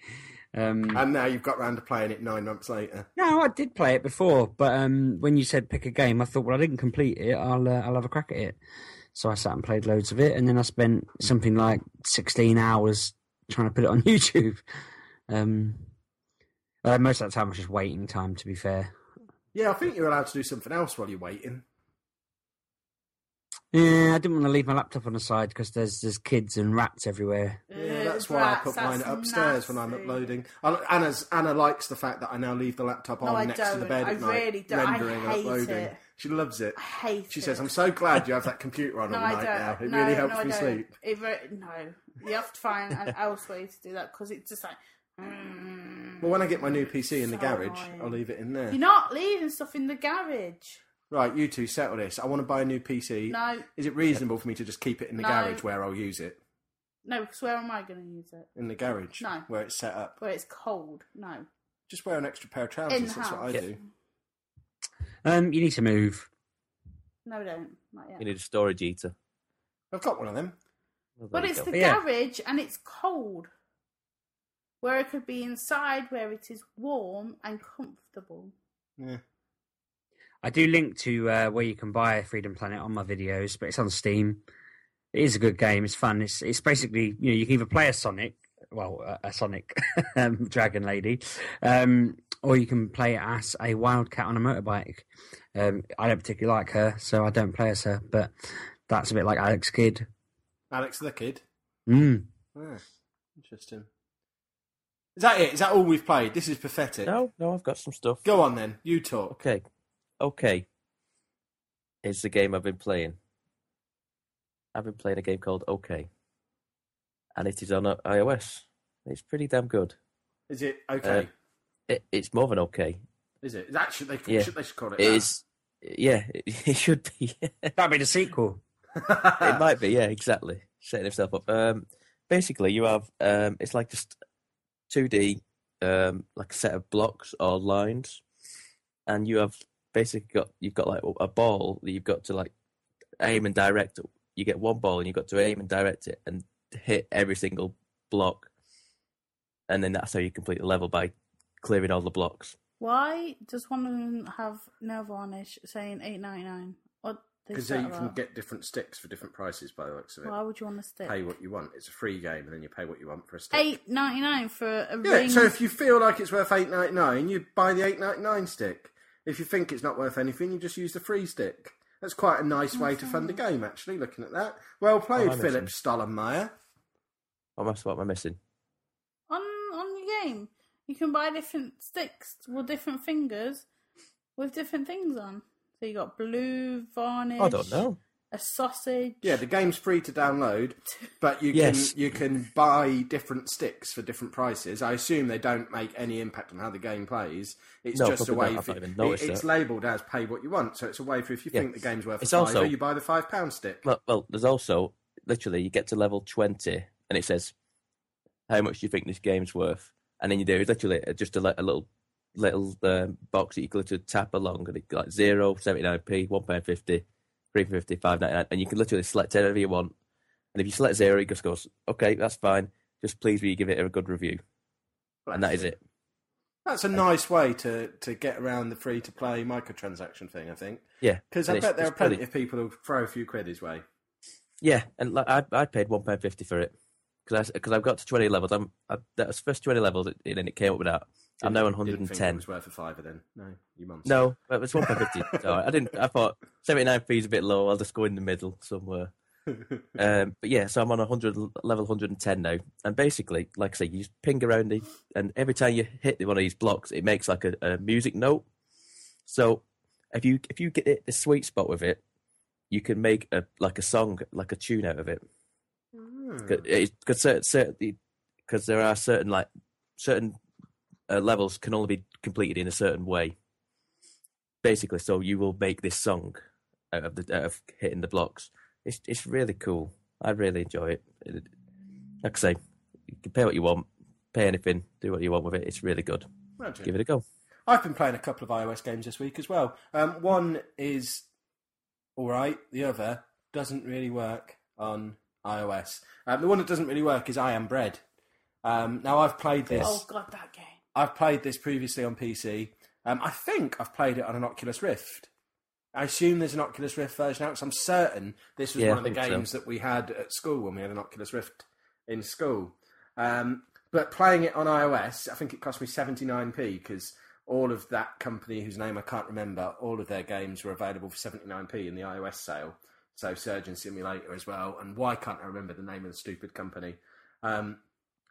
Speaker 2: Um,
Speaker 1: And now you've got round to playing it nine months later.
Speaker 2: no, I did play it before, but um, when you said pick a game, I thought, well, I didn't complete it. I'll, uh, I'll have a crack at it. So I sat and played loads of it, and then I spent something like 16 hours trying to put it on <laughs> YouTube. Um, uh, most of that time, I was just waiting time, to be fair.
Speaker 1: Yeah, I think you're allowed to do something else while you're waiting.
Speaker 2: Yeah, I didn't want to leave my laptop on the side because there's there's kids and rats everywhere.
Speaker 1: Yeah,
Speaker 3: Ugh,
Speaker 1: that's why I
Speaker 3: Uh, rats,
Speaker 1: put
Speaker 3: that's
Speaker 1: mine upstairs when I'm
Speaker 3: nasty.
Speaker 1: uploading. I- Anna's Anna likes the fact that I now leave the laptop
Speaker 3: No,
Speaker 1: on
Speaker 3: I
Speaker 1: next to the
Speaker 3: don't.
Speaker 1: bed
Speaker 3: I
Speaker 1: at night,
Speaker 3: really don't. I
Speaker 1: rendering and
Speaker 3: hate
Speaker 1: uploading.
Speaker 3: it.
Speaker 1: She loves it.
Speaker 3: I hate
Speaker 1: She
Speaker 3: it.
Speaker 1: says, "I'm so glad you have that computer on
Speaker 3: No,
Speaker 1: all
Speaker 3: I
Speaker 1: night
Speaker 3: don't.
Speaker 1: now. It
Speaker 3: no,
Speaker 1: really
Speaker 3: no,
Speaker 1: helps
Speaker 3: I
Speaker 1: me
Speaker 3: don't.
Speaker 1: sleep."
Speaker 3: It ver- no, you have to find an else way to do that because it's just like. mm.
Speaker 1: Well, when I get my new PC in the
Speaker 3: So
Speaker 1: garage,
Speaker 3: annoying.
Speaker 1: I'll leave it in there.
Speaker 3: You're not leaving stuff in the garage.
Speaker 1: right, you two settle this. I want to buy a new PC.
Speaker 3: No,
Speaker 1: Is it reasonable for me to just keep it in the
Speaker 3: No.
Speaker 1: garage where I'll use it
Speaker 3: no, because where am I going to use it?
Speaker 1: in the garage
Speaker 3: No.
Speaker 1: where it's set up?
Speaker 3: Where it's cold. No.
Speaker 1: Just wear an extra pair of trousers.
Speaker 3: In the
Speaker 1: That's what I
Speaker 3: house.
Speaker 1: do.
Speaker 2: Um, you need to move.
Speaker 3: No, we don't. Not yet.
Speaker 4: You need a storage eater.
Speaker 1: I've got one of them.
Speaker 4: Well, there
Speaker 3: but
Speaker 4: you
Speaker 3: it's
Speaker 4: go.
Speaker 3: the
Speaker 2: Yeah.
Speaker 3: garage and it's cold. where it could be inside, where it is warm and comfortable.
Speaker 1: Yeah.
Speaker 2: I do link to uh, where you can buy Freedom Planet on my videos, but it's on Steam. It is a good game. It's fun. It's it's basically you know you can either play a Sonic, well a, a Sonic <laughs> um, Dragon Lady, um, or you can play as a wildcat on a motorbike. Um, I don't particularly like her, so I don't play as her. But that's a bit like Alex Kidd.
Speaker 1: Alex the Kid.
Speaker 2: Mm.
Speaker 1: Ah, interesting. Is that it? Is that all we've played? This is pathetic.
Speaker 4: No, no, I've got some stuff.
Speaker 1: Go on then. You talk.
Speaker 4: Okay, okay. It's the game I've been playing. I've been playing a game called OK, and it is on uh, iOS. It's pretty damn good.
Speaker 1: Is it okay?
Speaker 4: Uh, It, it's more than okay.
Speaker 1: is it? That should they,
Speaker 4: yeah.
Speaker 1: should, they should call it.
Speaker 4: It
Speaker 1: that. <laughs>
Speaker 4: is, yeah, <laughs> it, it should be.
Speaker 2: That'd be the sequel.
Speaker 1: Ah.
Speaker 4: it might be, yeah, exactly. Setting himself up. Um, basically, you have um, it's like just two D, um, like a set of blocks or lines, and you have basically got you've got like a ball that you've got to like aim and direct. You get one ball and you've got to aim and direct it and hit every single block, and then that's how you complete the level by clearing all the blocks.
Speaker 3: Why does one of them have nail varnish saying eight ninety nine? What
Speaker 1: Because
Speaker 3: is
Speaker 1: you
Speaker 3: that
Speaker 1: can
Speaker 3: about?
Speaker 1: get different sticks for different prices by the looks of it.
Speaker 3: Why would you want to stick?
Speaker 1: pay what you want. It's a free game, and then you pay what you want for a stick.
Speaker 3: Eight ninety nine for a
Speaker 1: Yeah.
Speaker 3: ring.
Speaker 1: So if you feel like it's worth eight ninety nine, you buy the eight ninety nine stick. If you think it's not worth anything, you just use the free stick. That's quite a
Speaker 4: Oh,
Speaker 1: nice way to fund a game, actually. Looking at that, well played,
Speaker 4: I
Speaker 1: Philip
Speaker 4: understand.
Speaker 1: Stollenmeyer.
Speaker 4: What am I, what am I missing?
Speaker 3: on on the game, you can buy different sticks with different fingers with different things on. So you got blue varnish.
Speaker 4: I don't know.
Speaker 3: A sausage.
Speaker 1: Yeah, the game's free to download, but you
Speaker 4: Yes.
Speaker 1: can you can buy different sticks for different prices. I assume they don't make any impact on how the game plays. It's
Speaker 4: No,
Speaker 1: just a
Speaker 4: probably
Speaker 1: way
Speaker 4: not. I've
Speaker 1: for
Speaker 4: not even
Speaker 1: it-
Speaker 4: noticed
Speaker 1: it's
Speaker 4: that.
Speaker 1: labelled as pay what you want, so it's a way for if you
Speaker 4: Yeah.
Speaker 1: think the game's worth
Speaker 4: It's
Speaker 1: a
Speaker 4: also-
Speaker 1: fiver, you buy the five pound stick.
Speaker 4: Well, well, there's also literally you get to level twenty, and it says how much do you think this game's worth, and then you do it's literally uh, just a, li- a little little um, box that you can literally tap along, and it like zero seventy nine p, one pound fifty, three fifty, five ninety nine, and you can literally select whatever you want. And if you select zero, it just goes, okay, that's fine. Just please, will you give it a good review? And that is it.
Speaker 1: That's a nice way to, to get around the free to play microtransaction thing, I think.
Speaker 4: Yeah,
Speaker 1: Because
Speaker 4: and
Speaker 1: I
Speaker 4: it's-
Speaker 1: bet there are
Speaker 4: it's
Speaker 1: plenty
Speaker 4: brilliant.
Speaker 1: of people who throw a few quid his way.
Speaker 4: Yeah, and like, I I paid one pound fifty for it because because I've got to twenty levels. I'm I, that was first twenty levels, and then it came up with that. I'm now on
Speaker 1: Didn't- didn't
Speaker 4: hundred and
Speaker 1: think
Speaker 4: ten.
Speaker 1: It was worth a fiver then. No, you monster.
Speaker 4: No, but it's one pound fifty. I didn't. I thought seventy nine fees a bit low. I'll just go in the middle
Speaker 1: <laughs>
Speaker 4: somewhere. um, but yeah, so I'm on a hundred level hundred and ten now, and basically, like I say, you just ping around the, and every time you hit one of these blocks, it makes like a, a music note. So if you if you get it, the sweet spot with it, you can make a like a song, like a tune out of it
Speaker 1: Hmm,
Speaker 4: because certain because there are certain like certain uh, levels can only be completed in a certain way. Basically, so you will make this song out of the out of hitting the blocks. It's it's really cool. I really enjoy it. It- Like I say, you can pay what you want, pay anything, do what you want with it. It's really good.
Speaker 1: Imagine.
Speaker 4: Give it a go.
Speaker 1: I've been playing a couple of iOS games this week as well. Um, one is all right. The other doesn't really work on iOS. Um, the one that doesn't really work is I Am Bread. Um, now I've played this.
Speaker 3: Oh god, that game.
Speaker 1: I've played this previously on PC. Um, I think I've played it on an Oculus Rift. I assume there's an Oculus Rift version out because I'm certain this was
Speaker 4: Yeah,
Speaker 1: one
Speaker 4: I
Speaker 1: of the
Speaker 4: think so.
Speaker 1: games that we had at school when we had an Oculus Rift in school. Um, but playing it on iOS, I think it cost me 79p because all of that company whose name I can't remember, all of their games were available for 79p in the iOS sale. So Surgeon Simulator as well. And why can't I remember the name of the stupid company? Um,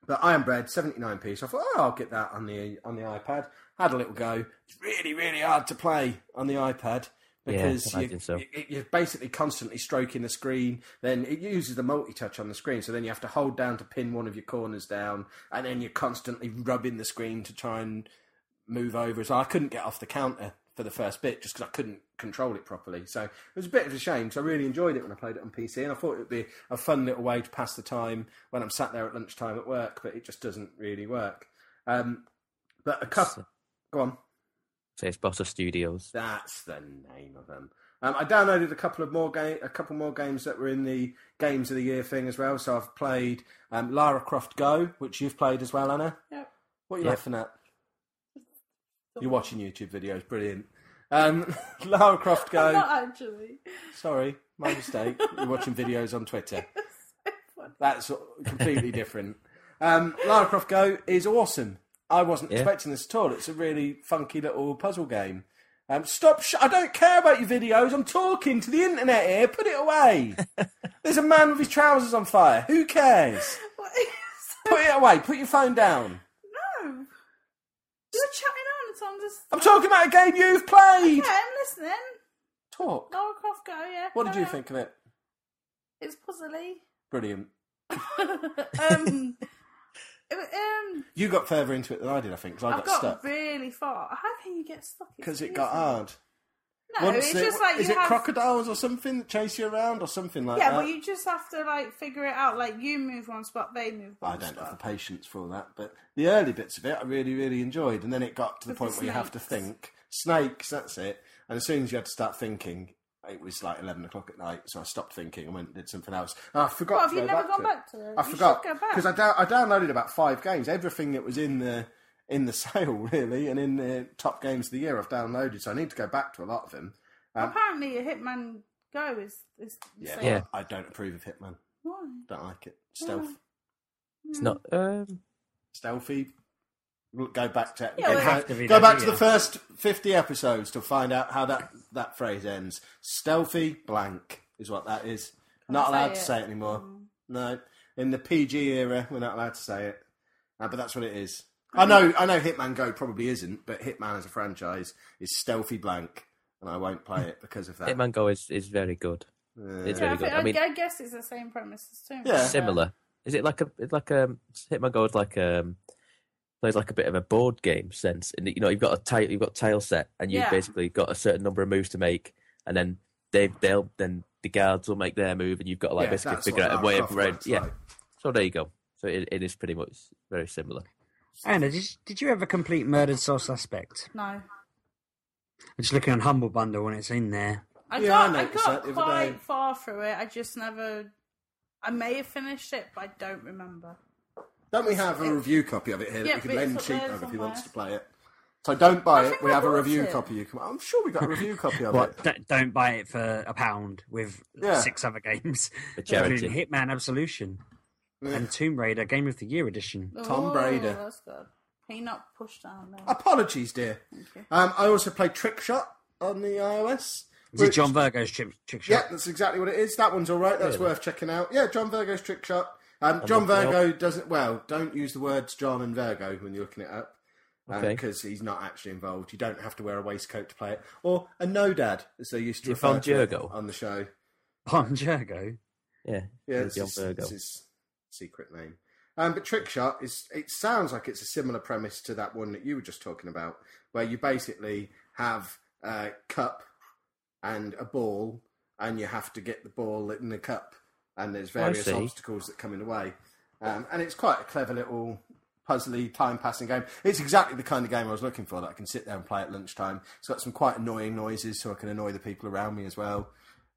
Speaker 1: but Iron Bread, 79p. So I thought, oh, I'll get that on the on the iPad. Had a little go. It's really, really hard to play on the iPad
Speaker 4: Yeah,
Speaker 1: because
Speaker 4: I
Speaker 1: you,
Speaker 4: imagine so.
Speaker 1: you- you're basically constantly stroking the screen. Then it uses the multi-touch on the screen, so then you have to hold down to pin one of your corners down, and then you're constantly rubbing the screen to try and move over. So I couldn't get off the counter for the first bit just because I couldn't control it properly. So it was a bit of a shame because I really enjoyed it when I played it on PC and I thought it would be a fun little way to pass the time when I'm sat there at lunchtime at work, but it just doesn't really work. Um, but a couple. Go on.
Speaker 4: Say it's Bossa Studios.
Speaker 1: That's the name of them. Um, I downloaded a couple of more game, a couple more games that were in the games of the year thing as well. So I've played um, Lara Croft Go, which you've played as well, Anna.
Speaker 3: Yep.
Speaker 1: What are you
Speaker 4: Yeah.
Speaker 1: laughing at? You're watching YouTube videos.
Speaker 3: <laughs>
Speaker 1: Brilliant. Um, <laughs> Lara Croft
Speaker 3: I'm
Speaker 1: go.
Speaker 3: not actually. <laughs>
Speaker 1: Sorry, my mistake. You're watching videos on
Speaker 3: <laughs>
Speaker 1: Twitter.
Speaker 3: funny.
Speaker 1: That's completely different. Um, Lara Croft Go is awesome. I wasn't
Speaker 4: Yeah.
Speaker 1: expecting this at all. It's a really funky little puzzle game. Um, stop! Sh- I don't care about your videos. I'm talking to the internet here. Put it away. There's a man with his trousers on fire. Who cares?
Speaker 3: What is
Speaker 1: Put it away. Put your phone down.
Speaker 3: No. You're chatting on, it's on this.
Speaker 1: I'm talking about a game you've played.
Speaker 3: Yeah, I'm listening.
Speaker 1: Talk.
Speaker 3: Lara Croft Go, yeah.
Speaker 1: What did
Speaker 3: carry
Speaker 1: you
Speaker 3: on.
Speaker 1: think of it?
Speaker 3: It's puzzly. <laughs>
Speaker 1: Brilliant. <laughs>
Speaker 3: um, it was- um,
Speaker 1: You got further into it than I did, I think, because I
Speaker 3: I've
Speaker 1: got,
Speaker 3: got
Speaker 1: stuck
Speaker 3: really far. How can you get stuck? It's
Speaker 1: because it got
Speaker 3: amazing.
Speaker 1: hard.
Speaker 3: No,
Speaker 1: Once
Speaker 3: it's
Speaker 1: it-
Speaker 3: just like
Speaker 1: is
Speaker 3: you
Speaker 1: it
Speaker 3: have.
Speaker 1: crocodiles or something that chase you around or something like
Speaker 3: yeah,
Speaker 1: that?
Speaker 3: but you just have to like figure it out. Like you move one spot, they move one
Speaker 1: I don't have the
Speaker 3: spot.
Speaker 1: patience for all that, but the early bits of it I really, really enjoyed, and then it got to the
Speaker 3: With the
Speaker 1: point where you have to
Speaker 3: snakes.
Speaker 1: think. Snakes, that's it. And as soon as you had to start thinking, it was like eleven o'clock at night, so I stopped thinking and went and did something else. And I forgot.
Speaker 3: Well, have
Speaker 1: to
Speaker 3: you
Speaker 1: go back
Speaker 3: never gone
Speaker 1: to it.
Speaker 3: back to it?
Speaker 1: I
Speaker 3: You should
Speaker 1: forgot
Speaker 3: go back.
Speaker 1: because I, dou- I downloaded about five games, everything that was in the in the <laughs> sale really, and in the top games of the year I've downloaded. So I need to go back to a lot of them.
Speaker 3: Apparently, a Hitman Go is is
Speaker 1: Yeah,
Speaker 3: so-
Speaker 1: but
Speaker 4: Yeah.
Speaker 1: I don't approve of Hitman.
Speaker 3: Why?
Speaker 1: Don't like it. Stealth,
Speaker 3: Mm.
Speaker 4: It's not. Um,
Speaker 1: stealthy. We'll Go back to
Speaker 3: Yeah,
Speaker 1: go,
Speaker 3: well-
Speaker 1: back,
Speaker 2: Have to be
Speaker 1: go
Speaker 2: that,
Speaker 1: back to the
Speaker 2: yeah.
Speaker 1: first fifty episodes to find out how that that phrase ends. Stealthy blank is what that is. not
Speaker 3: say
Speaker 1: allowed
Speaker 3: it. Mm.
Speaker 1: to say it anymore.
Speaker 3: Hmm.
Speaker 1: No, in the PG era, we're not allowed to say it. Uh, but that's what it is.
Speaker 3: Mm.
Speaker 1: I know. I know. Hitman Go probably isn't, but Hitman as a franchise is stealthy blank, and I won't play it because of that.
Speaker 4: Hitman Go is, is very good.
Speaker 1: Uh,
Speaker 4: it's
Speaker 3: Yeah, I,
Speaker 4: very good.
Speaker 3: think,
Speaker 4: I
Speaker 3: I,
Speaker 4: mean-
Speaker 3: I guess it's the same premise as Tomb
Speaker 1: Yeah.
Speaker 3: Raider.
Speaker 4: Similar. Is it like a? It's like um Hitman Go is like um plays like a bit of a board game sense, and you know you've got a tile, you've got tile set, and you've
Speaker 3: Yeah.
Speaker 4: basically got a certain number of moves to make, and then they they'll then the guards will make their move, and you've got to like
Speaker 1: yeah,
Speaker 4: basically
Speaker 1: that's
Speaker 4: figure
Speaker 1: what
Speaker 4: out a
Speaker 1: Lara
Speaker 4: way
Speaker 1: Croft
Speaker 4: of around.
Speaker 1: looks
Speaker 4: Yeah.
Speaker 1: like.
Speaker 4: So there you go. So it, it is pretty much very similar.
Speaker 2: Anna, did you, did you ever complete Murdered Soul Suspect?
Speaker 3: No.
Speaker 2: I'm just looking on Humble Bundle when it's in there.
Speaker 3: I
Speaker 1: Yeah,
Speaker 3: got,
Speaker 1: I
Speaker 3: I,
Speaker 1: noticed that
Speaker 3: got
Speaker 1: the other day.
Speaker 3: quite far through it. I just never. I may have finished it, but I don't remember.
Speaker 1: Don't we have a review copy of it here
Speaker 3: Yeah,
Speaker 1: that we
Speaker 3: but
Speaker 1: can lend
Speaker 3: it's up there
Speaker 1: Sheepdog if he
Speaker 3: somewhere.
Speaker 1: wants to play it? So don't buy
Speaker 3: I
Speaker 1: it.
Speaker 3: think
Speaker 1: We
Speaker 3: I
Speaker 1: have a
Speaker 3: bought
Speaker 1: review
Speaker 3: it.
Speaker 1: copy. You can, I'm sure we
Speaker 3: <laughs>
Speaker 1: got a review copy of it.
Speaker 2: But don't, don't buy it for a pound with
Speaker 1: Yeah.
Speaker 2: six other games,
Speaker 4: For
Speaker 2: including
Speaker 4: charity.
Speaker 2: Hitman Absolution
Speaker 1: Yeah.
Speaker 2: and Tomb Raider Game of the Year edition.
Speaker 1: Tom Brady.
Speaker 3: That's good. He not pushed down there.
Speaker 1: Apologies, dear. Um, I also played Trick Shot on the iOS.
Speaker 2: Is it
Speaker 1: which-
Speaker 2: John Virgo's trick, trick shot?
Speaker 1: Yeah, that's exactly what it is. That one's all right. That's worth checking out. Yeah, John Virgo's Trick Shot. Um, John
Speaker 4: looking it up.
Speaker 1: Virgo doesn't. Well, don't use the words John and Virgo when you're looking it up.
Speaker 4: Okay.
Speaker 1: Because he's not actually involved. You don't have to wear a waistcoat to play it. Or a no dad, as they used to
Speaker 4: Is it
Speaker 1: refer
Speaker 4: Von
Speaker 1: to it
Speaker 4: Diogo?
Speaker 1: on the show.
Speaker 2: Bon Jergo?
Speaker 4: Yeah.
Speaker 1: Yeah, it's
Speaker 4: It's John
Speaker 1: his,
Speaker 4: Virgo.
Speaker 1: it's his secret name. Um, but Trick Shot is it sounds like it's a similar premise to that one that you were just talking about, where you basically have a cup and a ball, and you have to get the ball in the cup, and there's various
Speaker 4: see.
Speaker 1: obstacles that come in the way. Um, and it's quite a clever little puzzly time passing game. It's exactly the kind of game I was looking for that I can sit there and play at lunchtime. It's got some quite annoying noises, so I can annoy the people around me as well.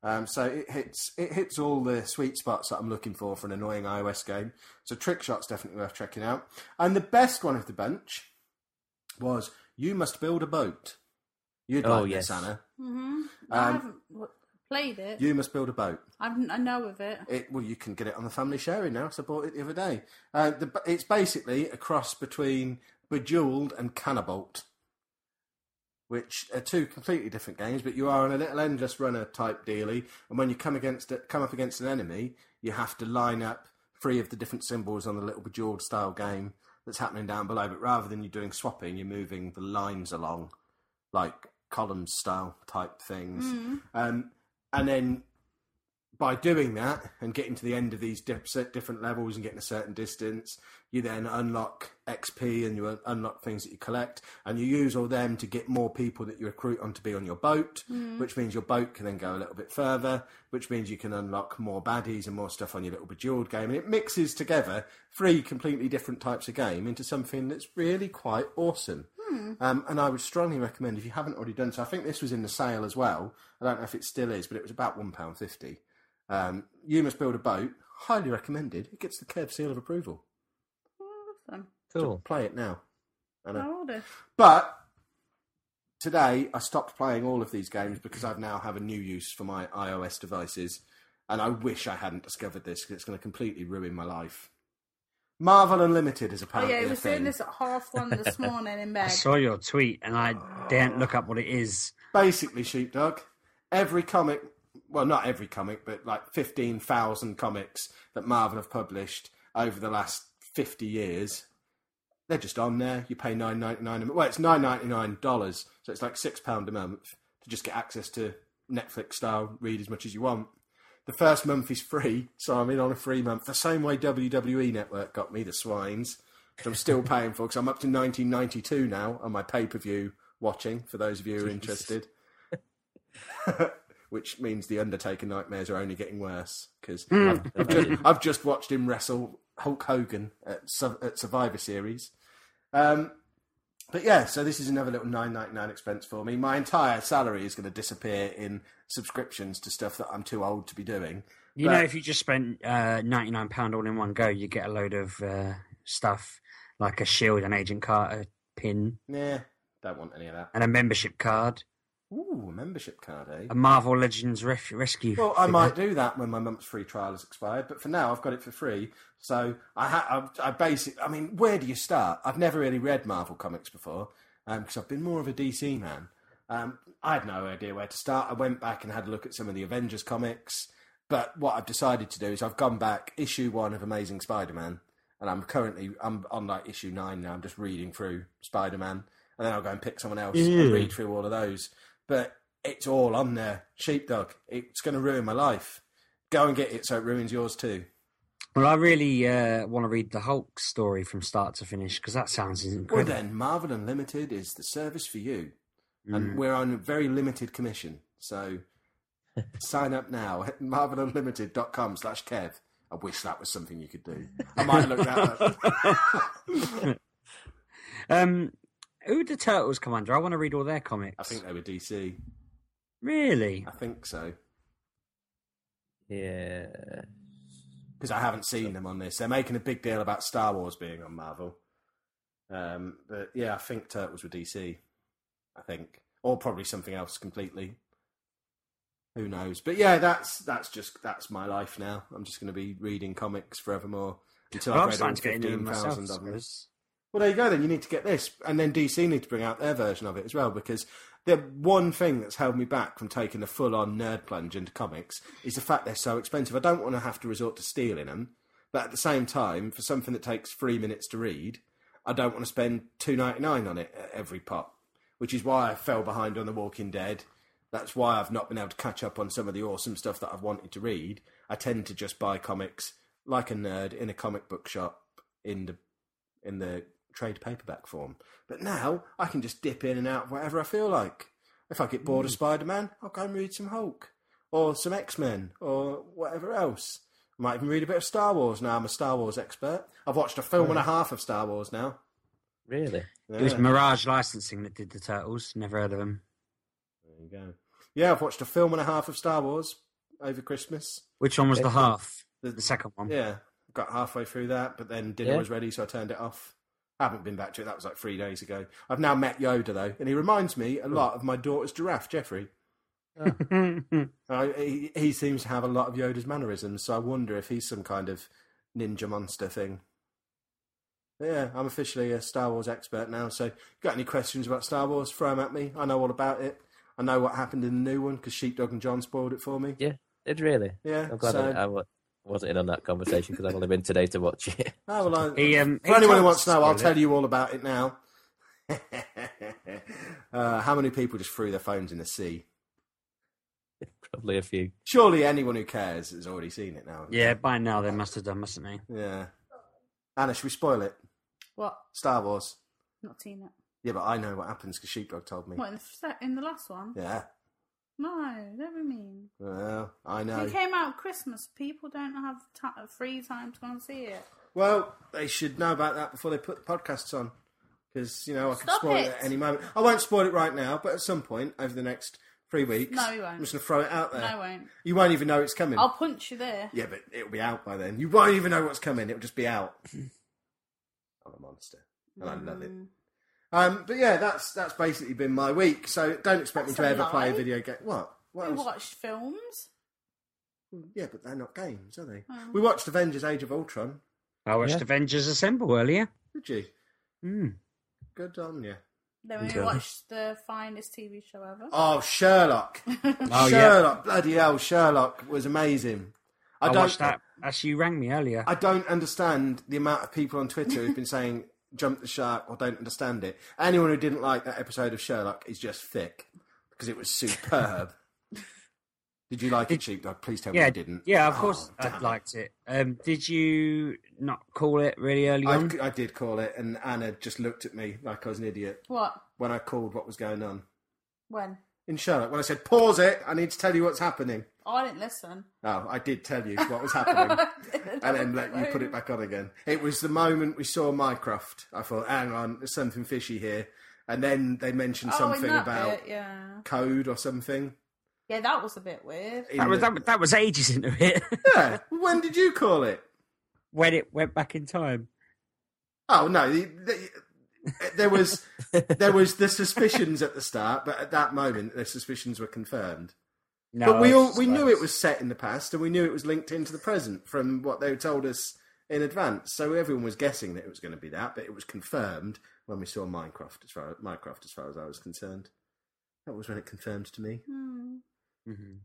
Speaker 1: Um, so it hits it hits all the sweet spots that I'm looking for for an annoying iOS game. So Trick Shot's definitely worth checking out. And the best one of the bunch was You Must Build a Boat. You'd
Speaker 4: Oh,
Speaker 1: like
Speaker 4: yes.
Speaker 1: this, Anna.
Speaker 3: hmm I haven't w- played it.
Speaker 1: Um, You Must Build a Boat.
Speaker 3: I, haven't- I know of it.
Speaker 1: It, well, you can get it on the family sharing now. So I bought it the other day. Uh, the, it's basically a cross between Bejeweled and Cannabolt, which are two completely different games. But you are on a little endless runner type dealy, and when you come against it, come up against an enemy, you have to line up three of the different symbols on the little Bejeweled style game that's happening down below. But rather than you doing swapping, you're moving the lines along like column style type things. Um, and then by doing that and getting to the end of these dip- set different levels and getting a certain distance, you then unlock XP and you un- unlock things that you collect, and you use all them to get more people that you recruit on to be on your boat, which means your boat can then go a little bit further, which means you can unlock more baddies and more stuff on your little bejeweled game, and it mixes together three completely different types of game into something that's really quite awesome. Um, and I would strongly recommend if you haven't already done so. I think this was in the sale as well. I don't know if it still is, but it was about one pound fifty. Um, you must build a boat. Highly recommended. It gets the curb seal of approval.
Speaker 3: Awesome.
Speaker 4: Cool.
Speaker 1: Play it now. I know.
Speaker 3: How old is?
Speaker 1: But today I stopped playing all of these games because I now have a new use for my iOS devices, and I wish I hadn't discovered this because it's going to completely ruin my life. Marvel Unlimited is
Speaker 3: Oh
Speaker 1: apparently
Speaker 3: yeah, he
Speaker 1: a
Speaker 3: was
Speaker 1: thing.
Speaker 3: doing this at half
Speaker 1: <laughs>
Speaker 3: one this morning in
Speaker 2: I
Speaker 3: bed.
Speaker 2: saw your tweet and I didn't look up what it is.
Speaker 1: basically sheepdog every comic well not every comic but like 15,000 comics that marvel have published over the last 50 years they're just on there you pay 9.99 a month well it's 9.99 dollars so it's like 6 pound a month to just get access to netflix style read as much as you want the first month is free so i'm in on a free month the same way wwe network got me the swines which i'm still paying for because i'm up to 1992 now on my pay-per-view watching for those of you who are interested. <laughs> Which means the Undertaker nightmares are only getting worse because I've, I've just, I've just watched him wrestle Hulk Hogan at, Su- at Survivor Series. Um, but yeah, so this is another little nine ninety nine expense for me. My entire salary is going to disappear in subscriptions to stuff that I'm too old to be doing.
Speaker 2: You
Speaker 1: But-
Speaker 2: know, if you just spent uh, ninety nine pound all in one go, you get a load of uh, stuff like a shield, an Agent Carter pin,
Speaker 1: Nah, don't want any of that.
Speaker 2: and a membership card,
Speaker 1: Ooh, a membership card, eh?
Speaker 2: a Marvel Legends ref- rescue.
Speaker 1: Well, I
Speaker 2: figure.
Speaker 1: might do that when my month's free trial has expired, but for now I've got it for free. So I, ha- I, I basically, I mean, where do you start? I've never really read Marvel comics before because I've been more of a DC man. Um, I had no idea where to start. I went back and had a look at some of the Avengers comics, but what I've decided to do is I've gone back issue one of Amazing Spider-Man, and I'm currently I'm on like issue nine now. I'm just reading through Spider-Man, and then I'll go and pick someone else and
Speaker 2: Ew.
Speaker 1: read through all of those. But it's all on there, sheepdog. It's going to ruin my life. Go and get it so it ruins yours too.
Speaker 2: Well, I really uh, want to read the Hulk story from start to finish because that sounds
Speaker 1: Well,
Speaker 2: incredible.
Speaker 1: then, Marvel Unlimited is the service for you.
Speaker 2: Mm.
Speaker 1: and we're on very limited commission. So sign up now at marvelunlimited.com slash Kev. I wish that was something you could do. I might look that up.
Speaker 2: Um, who did the Turtles come under? I want to read all their comics.
Speaker 1: I think they were DC.
Speaker 2: really.
Speaker 1: I think so.
Speaker 4: Yeah.
Speaker 1: Because I haven't seen them on this. They're making a big deal about Star Wars being on Marvel. Um, but yeah, I think Turtles were DC. I think. Or probably something else completely. Who knows? But yeah, that's that's just that's my life now. I'm just going to be reading comics forevermore until
Speaker 2: Well, I'm
Speaker 1: I've read all
Speaker 2: starting to get into
Speaker 1: fifteen
Speaker 2: them myself.
Speaker 1: thousand
Speaker 2: I
Speaker 1: of them.
Speaker 2: suppose.
Speaker 1: Well, there you go. Then you need to get this, and then DC need to bring out their version of it as well. Because the one thing that's held me back from taking a full-on nerd plunge into comics is the fact they're so expensive. I don't want to have to resort to stealing them, but at the same time, for something that takes three minutes to read, I don't want to spend two ninety nine on it at every pop. Which is why I fell behind on The Walking Dead. That's why I've not been able to catch up on some of the awesome stuff that I've wanted to read. I tend to just buy comics like a nerd in a comic book shop in the in the trade paperback form. But now I can just dip in and out of whatever I feel like. If I get bored of Spider Man, I'll go and read some Hulk or some X Men or whatever else. I might even read a bit of Star Wars now. I'm a Star Wars expert. I've watched a film and a half of Star Wars now.
Speaker 4: Really?
Speaker 2: It was
Speaker 1: Yeah.
Speaker 2: Mirage Licensing that did the Turtles. Never heard of them.
Speaker 1: There you go. Yeah, I've watched a film and a half of Star Wars over Christmas.
Speaker 2: Which one was the half?
Speaker 1: The-
Speaker 2: The second one.
Speaker 1: Yeah, got halfway through that, but then dinner
Speaker 4: Yeah.
Speaker 1: was ready, so I turned it off. I haven't been back to it. That was like three days ago. I've now met Yoda though, and he reminds me
Speaker 4: Hmm.
Speaker 1: a lot of my daughter's giraffe, Jeffrey. Uh, he, he seems to have a lot of Yoda's mannerisms, so I wonder if he's some kind of ninja monster thing. But yeah, I'm officially a Star Wars expert now, so got any questions about Star Wars, throw 'em at me. I know all about it. I know what happened in the new one because Sheepdog and John spoiled it for me.
Speaker 4: Yeah. Did really?
Speaker 1: Yeah,
Speaker 4: I'm glad
Speaker 1: so-
Speaker 4: I, uh, I wa- wasn't in on that conversation because I've only been today to watch it. <laughs>
Speaker 1: Oh, well, I,
Speaker 2: <laughs> He, um,
Speaker 1: for
Speaker 2: he
Speaker 1: anyone who
Speaker 2: told
Speaker 1: wants to
Speaker 2: us
Speaker 1: know, I'll
Speaker 2: about
Speaker 1: tell you all about it now. <laughs> uh, how many people just threw their phones in the sea?
Speaker 4: Probably a few.
Speaker 1: Surely anyone who cares has already seen it now.
Speaker 2: Yeah, by now they must have done, mustn't they?
Speaker 1: Yeah. Anna, should we spoil it?
Speaker 3: What?
Speaker 1: Star Wars.
Speaker 3: Not seen it.
Speaker 1: Yeah, but I know what happens because Sheepdog told me.
Speaker 3: What in the, se- in the last one?
Speaker 1: Yeah.
Speaker 3: No, don't be mean.
Speaker 1: Well, I know.
Speaker 3: It came out Christmas. People don't have ta- free time to go and see it.
Speaker 1: Well, they should know about that before they put the podcasts on. Because, you know, I can
Speaker 3: Stop
Speaker 1: spoil it.
Speaker 3: it.
Speaker 1: at any moment. I won't spoil it right now, but at some point over the next three weeks,
Speaker 3: No, we won't.
Speaker 1: I'm just going to throw it out there.
Speaker 3: No, I won't.
Speaker 1: You won't even know it's coming.
Speaker 3: I'll punch you there.
Speaker 1: Yeah, but it'll be out by then. You won't
Speaker 3: Mm.
Speaker 1: even know what's coming. It'll just be out. I'm a monster, and I love it. Um, but yeah, that's that's basically been my week. So don't expect
Speaker 3: That's
Speaker 1: me to
Speaker 3: a
Speaker 1: ever play a
Speaker 3: lie.
Speaker 1: video game. What? What?
Speaker 3: We
Speaker 1: else?
Speaker 3: watched films.
Speaker 1: Yeah, but they're not games, are they? We watched Avengers: Age of Ultron.
Speaker 2: I watched
Speaker 4: Yeah.
Speaker 2: Avengers Assemble earlier.
Speaker 1: Did you?
Speaker 2: Hmm.
Speaker 1: Good on you.
Speaker 3: Then we
Speaker 4: Okay.
Speaker 3: watched the finest TV show ever.
Speaker 1: Oh, Sherlock.
Speaker 2: Oh yeah,
Speaker 1: Sherlock. Bloody hell, Sherlock was amazing.
Speaker 2: I,
Speaker 1: don't,
Speaker 2: watched that. As you rang me earlier,
Speaker 1: I don't understand the amount of people on Twitter who've been saying jump the shark or don't understand it. Anyone who didn't like that episode of Sherlock is just thick because it was superb. Did you like it, Sheepdog? Please tell me
Speaker 2: yeah,
Speaker 1: you didn't.
Speaker 2: yeah, of
Speaker 1: Oh,
Speaker 2: course I
Speaker 1: damn it.
Speaker 2: liked it. Um, did you not call it really early on?
Speaker 1: I, I did call it, and Anna just looked at me like I was an idiot
Speaker 3: What?
Speaker 1: when I called what was going on.
Speaker 3: When?
Speaker 1: In Sherlock, when I said, pause it, I need to tell you what's happening.
Speaker 3: Oh, I didn't listen.
Speaker 1: Oh, I did tell you what was happening.
Speaker 3: <laughs>
Speaker 1: and then let you put it back on again. It was the moment we saw Mycroft. I thought, hang on, there's something fishy here. And then they mentioned
Speaker 3: Oh, in
Speaker 1: something
Speaker 3: that
Speaker 1: about
Speaker 3: bit, yeah.
Speaker 1: code or something.
Speaker 3: Yeah, that was a bit weird.
Speaker 1: in
Speaker 2: that was
Speaker 1: the-
Speaker 2: that, that was ages <laughs> into it.
Speaker 1: <laughs> Yeah. When did you call it?
Speaker 2: when it went back in time.
Speaker 1: Oh no, the- the- there was there was the suspicions at the start, but at that moment the suspicions were confirmed.
Speaker 2: No,
Speaker 1: but we all
Speaker 2: it's-
Speaker 1: we knew it was set in the past, and we knew it was linked into the present from what they told us in advance. So everyone was guessing that it was going to be that, but it was confirmed when we saw Minecraft. As far Minecraft, as far as I was concerned, that was when it confirmed to me.
Speaker 3: Hmm.
Speaker 2: Mhm.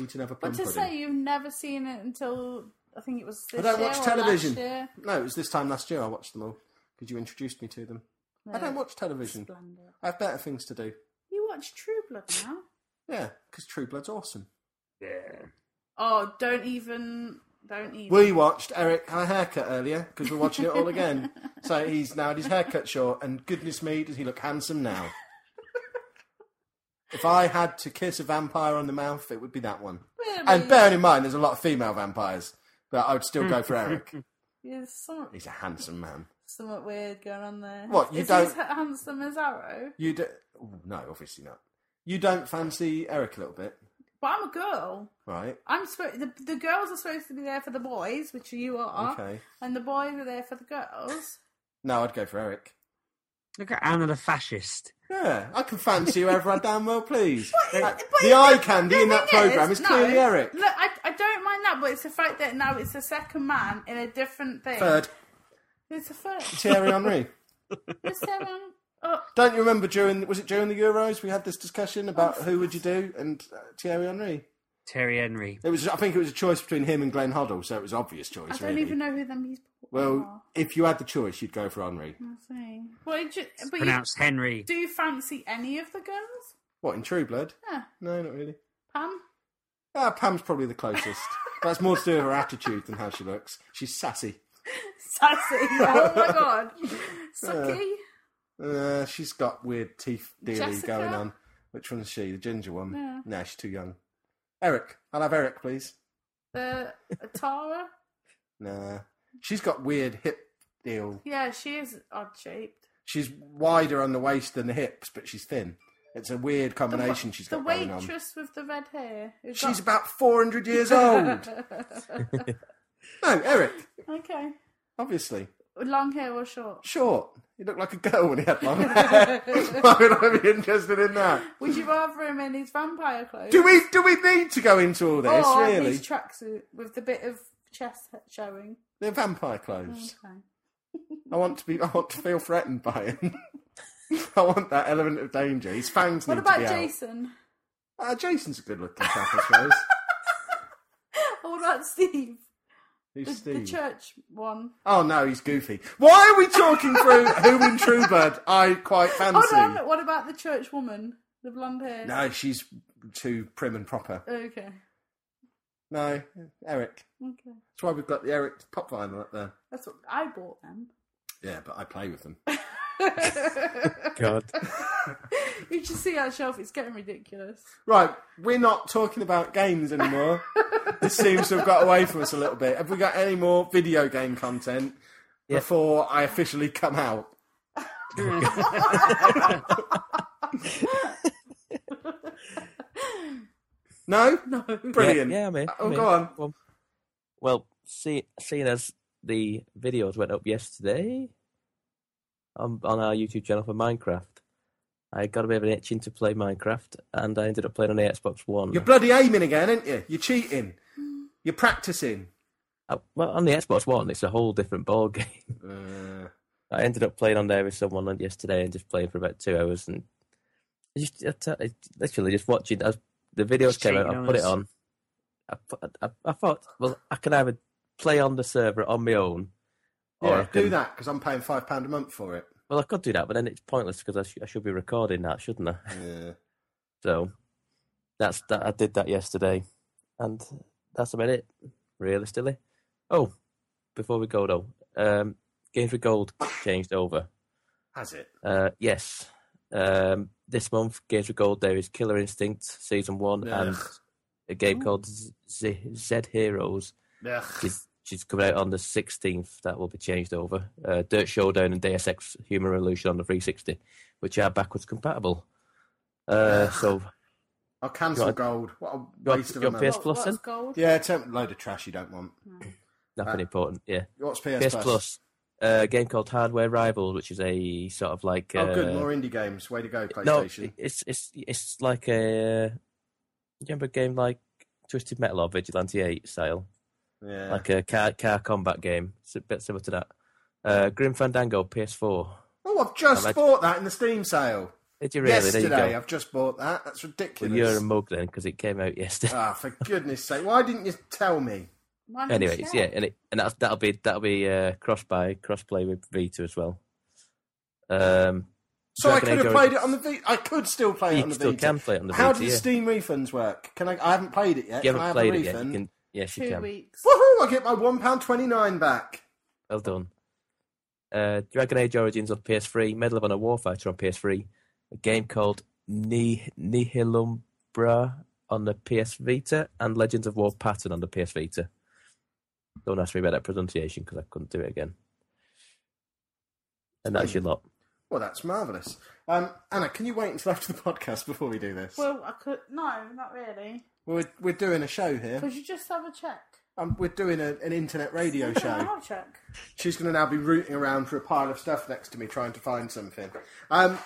Speaker 1: Eat another plum
Speaker 3: But to
Speaker 1: pudding.
Speaker 3: say you've never seen it until I think it was. This
Speaker 1: I don't
Speaker 3: year
Speaker 1: watch
Speaker 3: or
Speaker 1: television.
Speaker 3: Last year.
Speaker 1: No, it was this time last year. I watched them all because you introduced me to them. I don't watch television.
Speaker 3: Splendid.
Speaker 1: I have better things to do.
Speaker 3: You watch True Blood now?
Speaker 1: Yeah, because True Blood's awesome.
Speaker 2: Yeah.
Speaker 3: Oh, don't even, don't even.
Speaker 1: We watched Eric had a haircut earlier because we're watching it all again. So he's now had his haircut short, and goodness me, does he look handsome now? If I had to kiss a vampire on the mouth, it would be that one.
Speaker 3: Really?
Speaker 1: And bearing in mind, there's a lot of female vampires, but I would still go for
Speaker 3: <laughs>
Speaker 1: Eric.
Speaker 3: There's some,
Speaker 1: He's a handsome man.
Speaker 3: something weird going on there.
Speaker 1: What, you
Speaker 3: Is
Speaker 1: don't-
Speaker 3: He as ha- handsome as Arrow,
Speaker 1: You do... Ooh, no, obviously not. You don't fancy Eric a little bit,
Speaker 3: but I'm a girl.
Speaker 1: right?
Speaker 3: I'm supposed. The, the girls are supposed to be there for the boys, which you are,
Speaker 1: Okay.
Speaker 3: and the boys are there for the girls.
Speaker 1: No, I'd go for Eric.
Speaker 2: Look at Anna the fascist.
Speaker 1: Yeah, I can fancy whoever I damn well please.
Speaker 3: <laughs> But
Speaker 1: the eye candy in that
Speaker 3: thing
Speaker 1: program is clearly Eric.
Speaker 3: Look, I, I don't mind that, but it's the fact that now it's a second man in a different thing.
Speaker 1: Third,
Speaker 3: It's
Speaker 1: <laughs>
Speaker 3: a third.
Speaker 1: Thierry Henry.
Speaker 3: It's seven. Oh,
Speaker 1: Don't you remember during was it during the Euros we had this discussion about who would you do and uh, Thierry Henry?
Speaker 2: Terry Henry.
Speaker 1: It was I think it was a choice between him and Glenn Hoddle, so it was obvious choice.
Speaker 3: I don't
Speaker 1: really.
Speaker 3: even know who them Oh, people
Speaker 1: Well, if you had the choice, you'd go for Henry.
Speaker 3: are. I see. Well, you, but you,
Speaker 2: Pronounced Henry.
Speaker 3: do you fancy any of the girls?
Speaker 1: What in True Blood?
Speaker 3: Yeah.
Speaker 1: No, not really.
Speaker 3: Pam? <laughs>
Speaker 1: Ah, Pam's probably the closest. That's more to do with her attitude than how she looks. She's sassy.
Speaker 3: Sassy. Oh
Speaker 1: <laughs>
Speaker 3: my god. Sucky.
Speaker 1: Uh, she's got weird teeth dealy
Speaker 3: Jessica?
Speaker 1: going on. Which one's she? The ginger one?
Speaker 3: Yeah.
Speaker 1: No, she's too young. Eric, I'll have Eric, please.
Speaker 3: The Tara.
Speaker 1: Nah, she's got weird hip deal
Speaker 3: Yeah, she is odd shaped.
Speaker 1: she's wider on the waist than the hips, but she's thin. It's a weird
Speaker 3: The, wa-
Speaker 1: combination she's
Speaker 3: the
Speaker 1: got going on.
Speaker 3: waitress with the red hair. who's
Speaker 1: She's
Speaker 3: got-
Speaker 1: about 400 years
Speaker 3: <laughs>
Speaker 1: old. no, Eric,
Speaker 3: okay.
Speaker 1: obviously.
Speaker 3: Long hair or short?
Speaker 1: Short. He looked like a girl when he had
Speaker 3: <laughs>
Speaker 1: long hair. <laughs> Why would I be interested in that? <laughs>
Speaker 3: Would you rather him in his vampire clothes?
Speaker 1: Do we do we need to go into all this,
Speaker 3: or
Speaker 1: really?
Speaker 3: his tracksuit with the bit of chest showing?
Speaker 1: They're vampire clothes.
Speaker 3: Okay. Mm.
Speaker 1: I want to be I want to feel threatened by him. <laughs> I want that element of danger. His fangs
Speaker 3: What
Speaker 1: need
Speaker 3: about
Speaker 1: to be
Speaker 3: Jason?
Speaker 1: out. Uh, Jason's a good looking chap, I
Speaker 3: <laughs>
Speaker 1: suppose.
Speaker 3: Or what about Steve?
Speaker 1: Who's
Speaker 3: The, the
Speaker 1: Steve?
Speaker 3: church one.
Speaker 1: Oh no, he's goofy. Why are we talking through who in True Blood I quite fancy?
Speaker 3: Hold on. What about the church woman? The blonde hair.
Speaker 1: No, she's too prim and proper.
Speaker 3: Okay.
Speaker 1: No, Eric.
Speaker 3: Okay.
Speaker 1: That's why we've got the Eric pop vinyl up there.
Speaker 3: That's what I bought them.
Speaker 1: Yeah, but I play with them.
Speaker 4: God.
Speaker 3: You should see our shelf. It's getting ridiculous. <laughs>
Speaker 1: Right, we're not talking about games anymore. this seems to have got away from us a little bit. Have we got any more video game content
Speaker 4: Yeah.
Speaker 1: before I officially come out? No?
Speaker 3: No.
Speaker 1: <laughs> Brilliant.
Speaker 4: Yeah, yeah, I'm here.
Speaker 1: Oh,
Speaker 4: I'm
Speaker 1: go
Speaker 4: here.
Speaker 1: on.
Speaker 4: Well, well see, seeing as the videos went up yesterday, um, on, on our YouTube channel for Minecraft. I got a bit of an itching to play Minecraft, and I ended up playing on the Xbox One.
Speaker 1: You're bloody aiming again, aren't you? You're cheating. You're practicing.
Speaker 4: Uh, well, on the Xbox One, it's a whole different ball <laughs> game.
Speaker 1: Uh,
Speaker 4: I ended up playing on there with someone on yesterday and just playing for about two hours and I just I t- I literally just watching as the videos
Speaker 2: Just
Speaker 4: came out.
Speaker 2: cheating
Speaker 4: I
Speaker 2: on
Speaker 4: put it
Speaker 2: us.
Speaker 4: on. I, put, I, I thought, well, I can either play on the server on my own, or I
Speaker 1: yeah,
Speaker 4: can,
Speaker 1: do that because I'm paying five pound a month for it.
Speaker 4: Well, I could do that, but then it's pointless because I, sh- I should be recording that, shouldn't I?
Speaker 1: Yeah.
Speaker 4: So that's that. I did that yesterday, and that's about it, realistically. Oh, before we go though, um, games with gold changed over.
Speaker 1: Has it?
Speaker 4: Uh, yes. Um, this month, Games with Gold, there is Killer Instinct Season 1 and
Speaker 1: Ugh.
Speaker 4: a game called Z- Z Zed Heroes, which
Speaker 1: Ugh.
Speaker 4: is, which is coming out on the 16th. That will be changed over. Uh, Dirt Showdown and Deus Ex Human Revolution on the 360, which are backwards compatible. Uh, so,
Speaker 1: I'll cancel
Speaker 4: Got-
Speaker 1: gold. What a
Speaker 4: got-
Speaker 1: waste of
Speaker 4: got
Speaker 1: a moment.
Speaker 4: PS
Speaker 3: What-
Speaker 4: Plus
Speaker 3: what's
Speaker 4: then?
Speaker 3: gold?
Speaker 1: Yeah, it's a load of trash you don't want.
Speaker 4: nothing
Speaker 1: Ah.
Speaker 4: important, yeah.
Speaker 1: What's PS,
Speaker 4: PS Plus, uh, a game called Hardware Rivals, which is a sort of like.
Speaker 1: Oh, good.
Speaker 4: uh,
Speaker 1: More indie games. Way to go,
Speaker 4: No,
Speaker 1: PlayStation.
Speaker 4: it- it's it's it's like a. You remember a game like Twisted Metal or Vigilante Eight style,
Speaker 1: yeah.
Speaker 4: like a car car combat game. It's a bit similar to that. Uh, Grim Fandango PS4.
Speaker 1: oh, I've just
Speaker 4: I've-
Speaker 1: bought that in the Steam sale.
Speaker 4: Did you really? there
Speaker 1: Yesterday,
Speaker 4: you go.
Speaker 1: I've just bought that. That's
Speaker 4: Well, you're a
Speaker 1: ridiculous.
Speaker 4: mug then because it came out yesterday. <laughs>
Speaker 1: Ah, for goodness sake. Why didn't you tell me?
Speaker 3: Why not
Speaker 4: Anyways, yeah,
Speaker 3: share?
Speaker 4: and it, and that's, that'll be that'll be uh, cross by cross play with Vita as well. Um,
Speaker 1: So
Speaker 4: Dragon
Speaker 1: I could have
Speaker 4: Age
Speaker 1: played
Speaker 4: Origins.
Speaker 1: it on the Vita. I could still play it
Speaker 4: you
Speaker 1: on the
Speaker 4: still
Speaker 1: Vita.
Speaker 4: can play it on the
Speaker 1: How
Speaker 4: Vita.
Speaker 1: do the
Speaker 4: yeah.
Speaker 1: Steam refunds work? Can I? I haven't played it yet.
Speaker 4: you
Speaker 1: can I
Speaker 4: haven't
Speaker 1: have
Speaker 4: played
Speaker 1: a
Speaker 4: it yet.
Speaker 1: refund?
Speaker 4: You can, yes, you
Speaker 3: two
Speaker 4: can.
Speaker 3: weeks.
Speaker 1: Woohoo! I get my one pound twenty nine back.
Speaker 4: Well done. Uh, Dragon Age Origins on PS3, Medal of Honor Warfighter on PS3, a game called Ni- Nihilumbra on the PS Vita, and Legends of War Pattern on the PS Vita. Don't ask me about that pronunciation because I couldn't do it again. And that's your lot.
Speaker 1: Well, that's marvelous. Um, Anna, can you wait until after the podcast before we do this?
Speaker 3: Well, I could no, not really,
Speaker 1: we're we're doing a show here.
Speaker 3: because you just have a check.
Speaker 1: Um, we're doing a, an internet radio
Speaker 3: <laughs>
Speaker 1: show.
Speaker 3: I'll check.
Speaker 1: She's going to now be rooting around for a pile of stuff next to me, trying to find something. Um,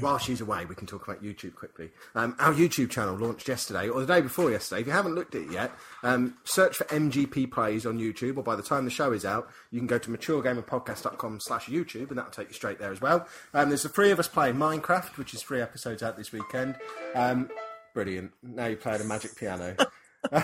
Speaker 1: while she's away, we can talk about YouTube quickly. Um, our YouTube channel launched yesterday, or the day before yesterday. If you haven't looked at it yet, um, search for MGP Plays on YouTube, or by the time the show is out, you can go to maturegamerpodcast.com slash YouTube, and that'll take you straight there as well. Um, there's the three of us playing Minecraft, which is three episodes out this weekend. Um, brilliant. Now you're playing a magic piano.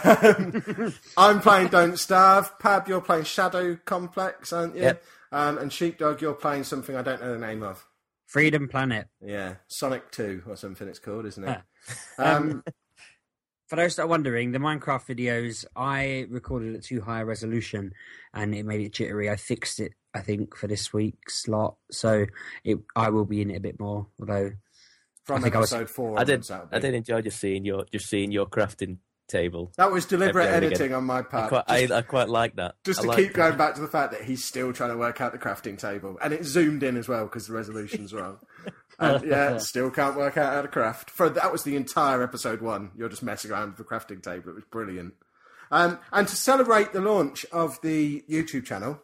Speaker 1: Um, I'm playing Don't Starve. Pab, you're playing Shadow Complex, aren't you?
Speaker 4: Yep.
Speaker 1: Um, and Sheepdog, you're playing something I don't know the name of.
Speaker 2: Freedom Planet.
Speaker 1: Yeah, Sonic Two or something it's called, isn't it?
Speaker 2: Ah.
Speaker 4: <laughs>
Speaker 2: Um, for those that are wondering, the Minecraft videos I recorded at too high a resolution, and it made it jittery. I fixed it, I think, for this week's slot, so it I will be in it a bit more. Although
Speaker 1: From
Speaker 2: I think I was-
Speaker 1: episode four,
Speaker 4: I did.
Speaker 1: onwards, that'll
Speaker 4: I
Speaker 1: be.
Speaker 4: did enjoy just seeing your just seeing your crafting table.
Speaker 1: That was deliberate
Speaker 4: Every now and
Speaker 1: editing on my
Speaker 4: I
Speaker 1: part.
Speaker 4: quite,
Speaker 1: Uh, just
Speaker 4: I, I quite like that.
Speaker 1: just
Speaker 4: I
Speaker 1: to
Speaker 4: like
Speaker 1: keep going back to the fact that he's still trying to work out the crafting table, and it zoomed in as well because the resolution's wrong.
Speaker 4: <laughs>
Speaker 1: And yeah, still can't work out how to craft. For that was the entire episode one. You're just messing around with the crafting table. It was brilliant. Um, and to celebrate the launch of the YouTube channel,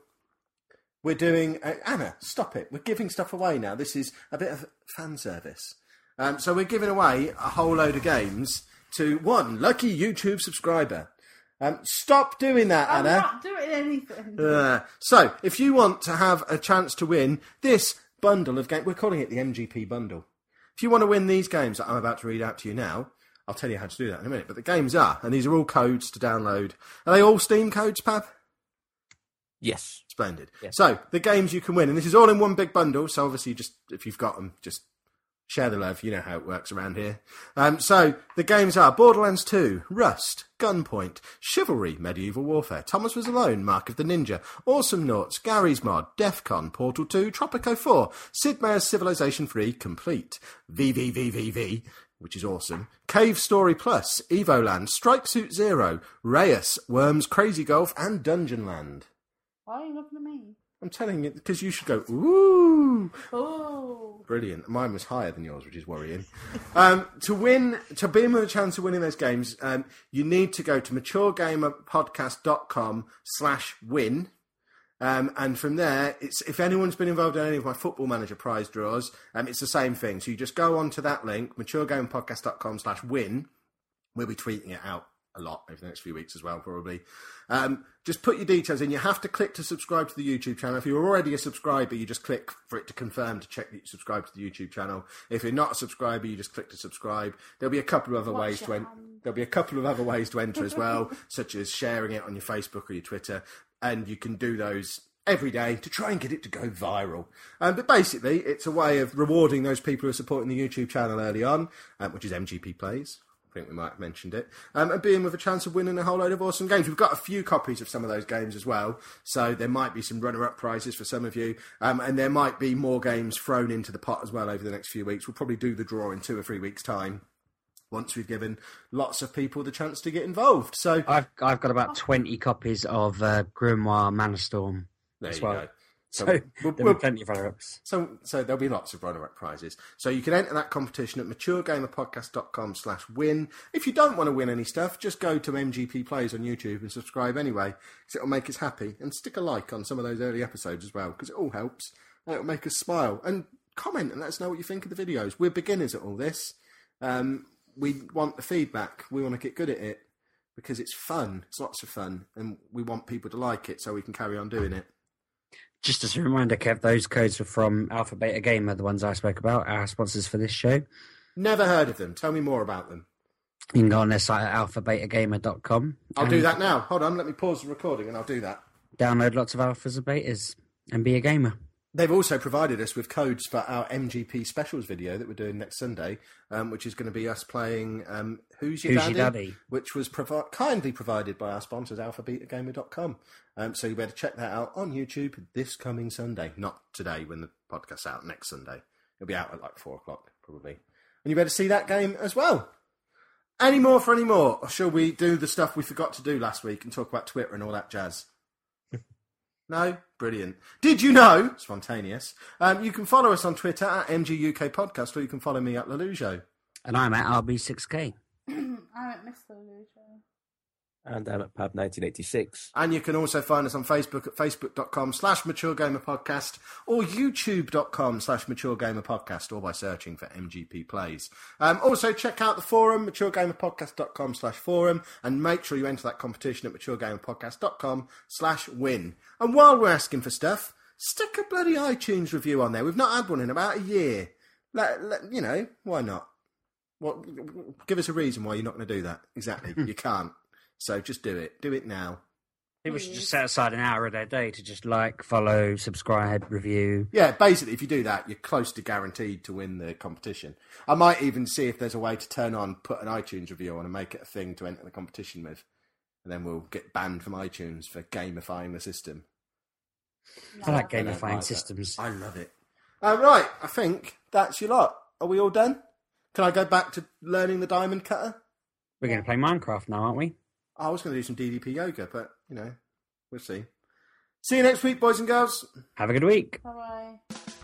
Speaker 1: we're doing uh, Anna. Stop it! We're giving stuff away now. This is a bit of fan service. Um, so we're giving away a whole load of games to one lucky YouTube subscriber. Um, stop doing that,
Speaker 3: I'm
Speaker 1: Anna.
Speaker 3: not
Speaker 1: <laughs>
Speaker 3: doing anything.
Speaker 1: Uh, so, if you want to have a chance to win this bundle of games, we're calling it the MGP bundle. If you want to win these games that I'm about to read out to you now, I'll tell you how to do that in a minute. But the games are, and these are all codes to download. Are they all Steam codes, Pab?
Speaker 4: Yes.
Speaker 1: Splendid. So the games you can win, and this is all in one big bundle. So obviously, just if you've got them, just share the love. You know how it works around here. Um, so the games are Borderlands 2, Rust, Gunpoint, Chivalry, Medieval Warfare, Thomas Was Alone, Mark of the Ninja, Awesome Noughts, Gary's Mod, DEFCON, Portal 2, Tropico 4, Sid Meier's Civilization 3 Complete, VVVVV, which is awesome. Cave Story Plus, Evoland, Strike Suit Zero, Reyes, Worms Crazy Golf, and Dungeon Land.
Speaker 3: Why are you looking at me?
Speaker 1: I'm telling you because you should go. Ooh,
Speaker 3: Oh,
Speaker 1: brilliant! Mine was higher than yours, which is worrying. um, to win, to be in with a chance of winning those games, um, you need to go to maturegamerpodcast.com/slash win Um, and from there, it's if anyone's been involved in any of my Football Manager prize draws, um, it's the same thing. So you just go on to that link, maturegamepodcast.com slash win. We'll be tweeting it out a lot over the next few weeks as well, probably. Um, just put your details in. You have to click to subscribe to the YouTube channel. If you're already a subscriber, you just click for it to confirm to check that you subscribe to the YouTube channel. If you're not a subscriber, you just click to subscribe. There'll be a couple of other
Speaker 3: Watch
Speaker 1: ways to
Speaker 3: your
Speaker 1: en-
Speaker 3: hand.
Speaker 1: there'll be a couple of other ways to enter as well, <laughs> such as sharing it on your Facebook or your Twitter, and you can do those every day to try and get it to go viral. Um, but basically, it's a way of rewarding those people who are supporting the YouTube channel early on, um, which is MGP Plays. I think we might have mentioned it, um, and being with a chance of winning a whole load of awesome games. We've got a few copies of some of those games as well, so there might be some runner-up prizes for some of you, um, and there might be more games thrown into the pot as well over the next few weeks. We'll probably do the draw in two or three weeks' time once we've given lots of people the chance to get involved. So
Speaker 2: I've I've got about twenty copies of uh, Grimoire Manastorm.
Speaker 1: there
Speaker 2: That's
Speaker 1: you
Speaker 2: right.
Speaker 1: go. So
Speaker 2: So
Speaker 1: we'll-
Speaker 2: there'll be
Speaker 1: we'll-
Speaker 2: plenty of runner-ups.
Speaker 1: So, so there'll be lots of runner-up prizes. So you can enter that competition at maturegamerpodcast.com slash win. If you don't want to win any stuff, just go to MGP Plays on YouTube and subscribe anyway, because it'll make us happy. And stick a like on some of those early episodes as well, because it all helps. And it'll make us smile. And comment and let us know what you think of the videos. We're beginners at all this. Um, we want the feedback. We want to get good at it because it's fun. It's lots of fun. And we want people to like it so we can carry on doing it.
Speaker 2: Just as a reminder, Kev, those codes were from Alpha Beta Gamer, the ones I spoke about, our sponsors for this show.
Speaker 1: Never heard of them. Tell me more about them.
Speaker 2: You can go on their site at alphabetagamer.com.
Speaker 1: I'll
Speaker 2: and
Speaker 1: do that now. Hold on, let me pause the recording and I'll do that.
Speaker 2: Download lots of alphas and betas and be a gamer.
Speaker 1: They've also provided us with codes for our MGP specials video that we're doing next Sunday, um, which is going to be us playing um, Who's, Your,
Speaker 2: Who's
Speaker 1: Daddy?
Speaker 2: Your Daddy?
Speaker 1: which was provi- kindly provided by our sponsors, alphabetagamer.com. Um, so you better check that out on YouTube this coming Sunday, not today when the podcast's out, next Sunday. It'll be out at like four o'clock, probably. And you better see that game as well. Any more for any more? Or shall we do the stuff we forgot to do last week and talk about Twitter and all that jazz? No? Brilliant. Did you know? Spontaneous. Um, you can follow us on Twitter at MGUK Podcast or you can follow me at Lelujo.
Speaker 2: And I'm at RB6K.
Speaker 3: <clears throat> I don't miss the illusion.
Speaker 4: And I'm at Pab 1986.
Speaker 1: And you can also find us on Facebook at facebook.com slash mature gamer podcast or youtube.com slash mature gamer podcast or by searching for MGP plays. Um, also check out the forum, maturegamerpodcast.com slash forum and make sure you enter that competition at maturegamerpodcast.com slash win. And while we're asking for stuff, stick a bloody iTunes review on there. We've not had one in about a year. Let, let- you know, why not? What, give us a reason why you're not going to do that. Exactly. you can't. So just do it. Do it now.
Speaker 2: People should just set aside an hour of their day to just like, follow, subscribe, review.
Speaker 1: Yeah, basically, if you do that, you're close to guaranteed to win the competition. I might even see if there's a way to turn on, put an iTunes review on, and make it a thing to enter the competition with. And then we'll get banned from iTunes for gamifying the system.
Speaker 2: I like
Speaker 1: I don't
Speaker 2: gamifying
Speaker 1: like that.
Speaker 2: systems.
Speaker 1: I love it. Uh, right, I think that's your lot. Are we all done? Can I go back to learning the diamond cutter?
Speaker 2: We're going to play Minecraft now, aren't we?
Speaker 1: I was going to do some DDP yoga, but, you know, we'll see. See you next week, boys and girls.
Speaker 2: Have a good week.
Speaker 3: Bye bye.